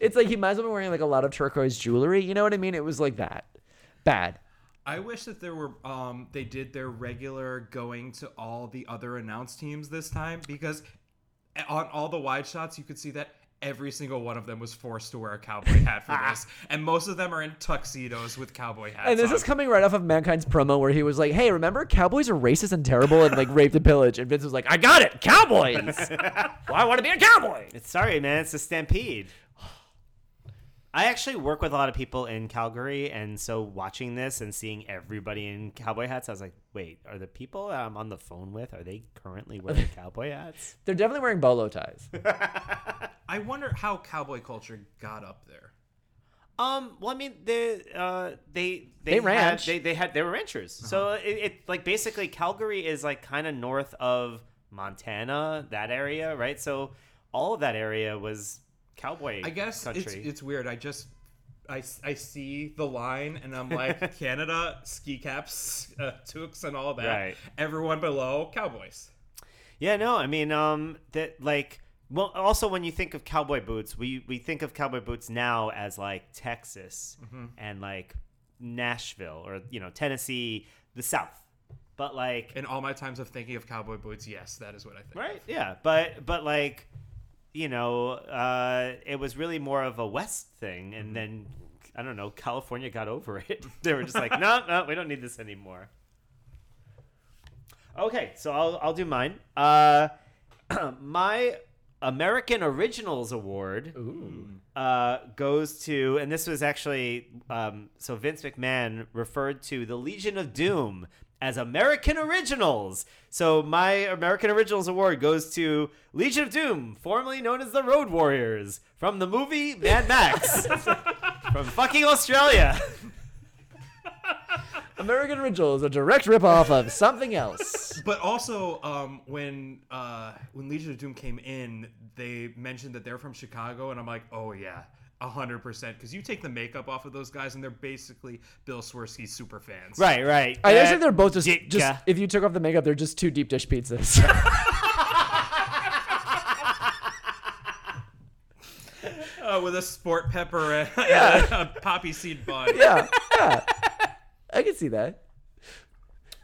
C: It's like he might as well be wearing like a lot of turquoise jewelry. You know what I mean? It was like that. Bad.
A: I wish that there were um they did their regular going to all the other announced teams this time because on all the wide shots you could see that every single one of them was forced to wear a cowboy
C: <laughs>
A: hat for this and most of them are in tuxedos with cowboy hats.
C: Ah. And this
A: on.
C: is coming right off of Mankind's promo where he was like, "Hey, remember cowboys are racist and terrible and like raped and pillage." And Vince was like, "I got it, cowboys.
A: <laughs>
C: well, I want to be a cowboy."
B: It's sorry, man. It's a stampede. I actually work with a lot of people in Calgary, and so watching this and seeing everybody in cowboy hats, I was like, wait, are the people that I'm on the phone with are they currently
C: <laughs>
B: wearing cowboy hats?
C: They're definitely wearing bolo ties.
A: I wonder how cowboy culture got up there.
B: Um, well, I mean, they uh, they they,
C: They
B: had-
C: ranch. Uh-huh.
B: they they had they were ranchers, so it, it like basically Calgary is like kind of north of Montana, that area, right? So all of that area was cowboy.
A: I guess
B: country.
A: it's it's weird. I just I, I see the line and I'm
B: <laughs>
A: like Canada ski caps, uh, toques and all that.
B: Right.
A: Everyone below cowboys.
B: Yeah, no, I mean, um, that like, well, also when you think of cowboy boots, we we think of cowboy boots now as like Texas
A: Mm-hmm.
B: and like Nashville or you know Tennessee, the South, but like,
A: In all my times of thinking of cowboy boots, yes, that is what I think.
B: right? Yeah, but but like, you know, uh, it was really more of a West thing, and then I don't know, California got over <laughs> it. they were just like, no, no, we don't need this anymore. Okay, so I'll I'll do mine. Uh, <clears throat> my American Originals Award uh, goes to, and this was actually um, so Vince McMahon referred to the Legion of Doom as American Originals. So my American Originals Award goes to Legion of Doom, formerly known as the Road Warriors, from the movie Mad Max, from fucking Australia.
C: American Original is a direct ripoff of
A: <laughs>
C: something else.
A: But also, um, when uh, when Legion of Doom came in, they mentioned that they're from Chicago, and I'm like, oh yeah, hundred percent. Because you take the makeup off of those guys, and they're basically Bill Swirsky super fans.
B: Right, right. Uh,
C: I guess if they're both just,
B: Ditka.
C: just if you took off the makeup, they're just two deep dish pizzas. <laughs>
A: Uh, with a sport pepper and <laughs> a poppy seed bun.
C: yeah, yeah. I can see that.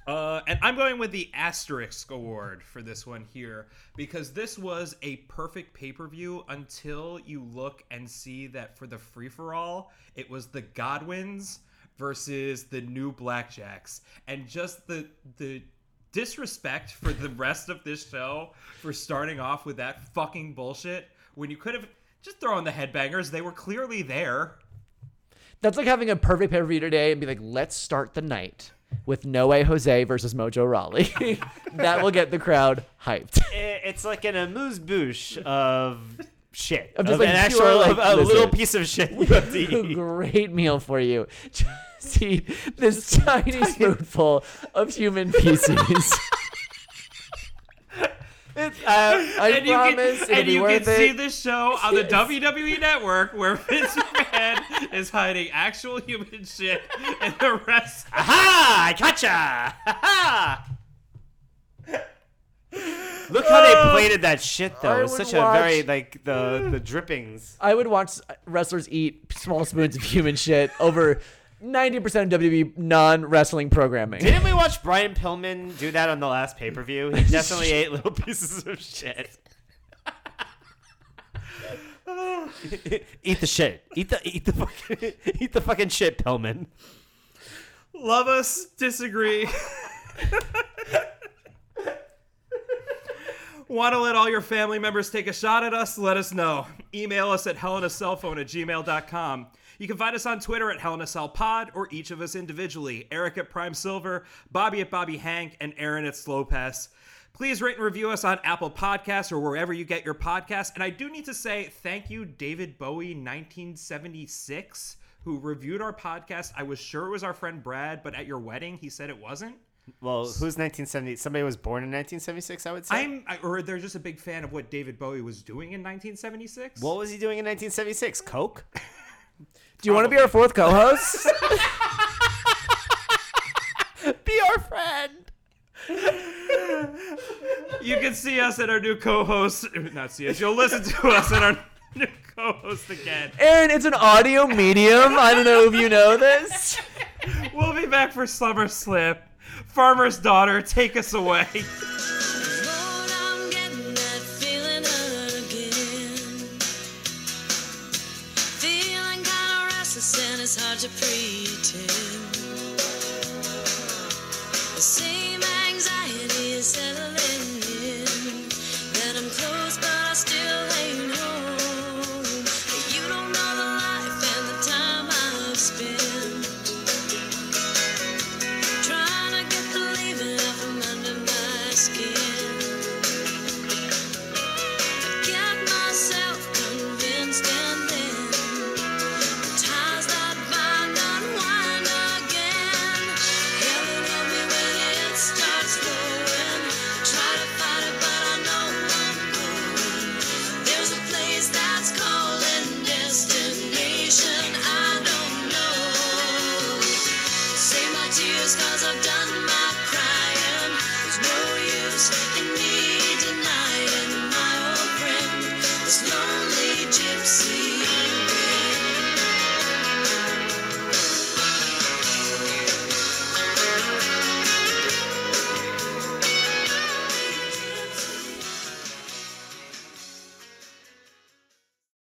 A: Uh, and I'm going with the asterisk award for this one here because this was a perfect pay per view until you look and see that for the free for all, it was the Godwins versus the New Blackjacks, and just the the disrespect for the rest of this show for starting off with that fucking bullshit when you could have just thrown the headbangers. They were clearly there.
C: That's like having a perfect pay per view today and be like, let's start the night with No Way Jose versus Mojo Raleigh. <laughs> that will get the crowd hyped. <laughs>
B: I- it's like an amuse bouche of shit.
C: I'm just
B: of
C: like
B: an
C: pure,
B: actual
C: like,
B: of a little
C: listen.
B: piece of
C: <laughs>
B: shit. you <laughs> have to
C: a
B: eat.
C: great meal for you. Just eat this tiny spoonful of human feces.
A: <laughs>
B: Uh,
C: I
A: and you can,
C: promise it'll
A: and
C: be
A: you
C: worth
A: can see
C: it.
A: this show on the WWE Network where <laughs> Vince McMahon is hiding actual human shit and the rest.
B: ha! I gotcha! Ha ha! Look how they plated that shit, though.
C: I
B: It was
C: would
B: such a very
C: watch-
B: like the <laughs> the drippings.
C: I would watch wrestlers eat small spoons of human shit over 90% of WWE non wrestling programming.
B: Didn't we watch Brian Pillman do that on the last pay per view? <laughs> He definitely ate little pieces of shit. eat the shit. Eat the eat the fucking eat the fucking shit, Pillman.
A: Love us, disagree. Want to let all your family members take a shot at us? Let us know. Email us at helenacellphone at gmail.com. You can find us on Twitter at helenacellpod or each of us individually. Eric at Prime Silver, Bobby at Bobby Hank, and Aaron at Slow Pass. Please rate and review us on Apple Podcasts or wherever you get your podcasts. And I do need to say thank you, David Bowie, 1976, who reviewed our podcast. I was sure it was our friend Brad, but at your wedding, he said it wasn't.
B: Well, who's 1970? Somebody was born in 1976, I would say.
A: I'm, I, or they're just a big fan of what David Bowie was doing in 1976.
B: what was he doing in 1976? Coke?
C: Do you want to be our fourth co-host?
B: <laughs> Be our friend.
A: you can see us and our new co-host. <laughs> Not see us. You'll listen to us and our <laughs> new co-host again.
C: Aaron, it's an audio medium. I don't know if you know this.
A: We'll be back for Summer Slip. Farmer's daughter, take us away. <laughs>
F: Lord, I'm getting that feeling again. Feeling kind of restless and it's hard to pretend. The same anxiety is settling in. That I'm close, but I still ain't home. You don't know the life and the time I've spent. Trying to get the leaving out from under my skin. Got myself convinced and then ties that bind unwind again. Heaven help me when it starts flowing. Try to fight it, but I know I'm going. There's a place that's calling destination. I don't know. Save my tears, cause I've done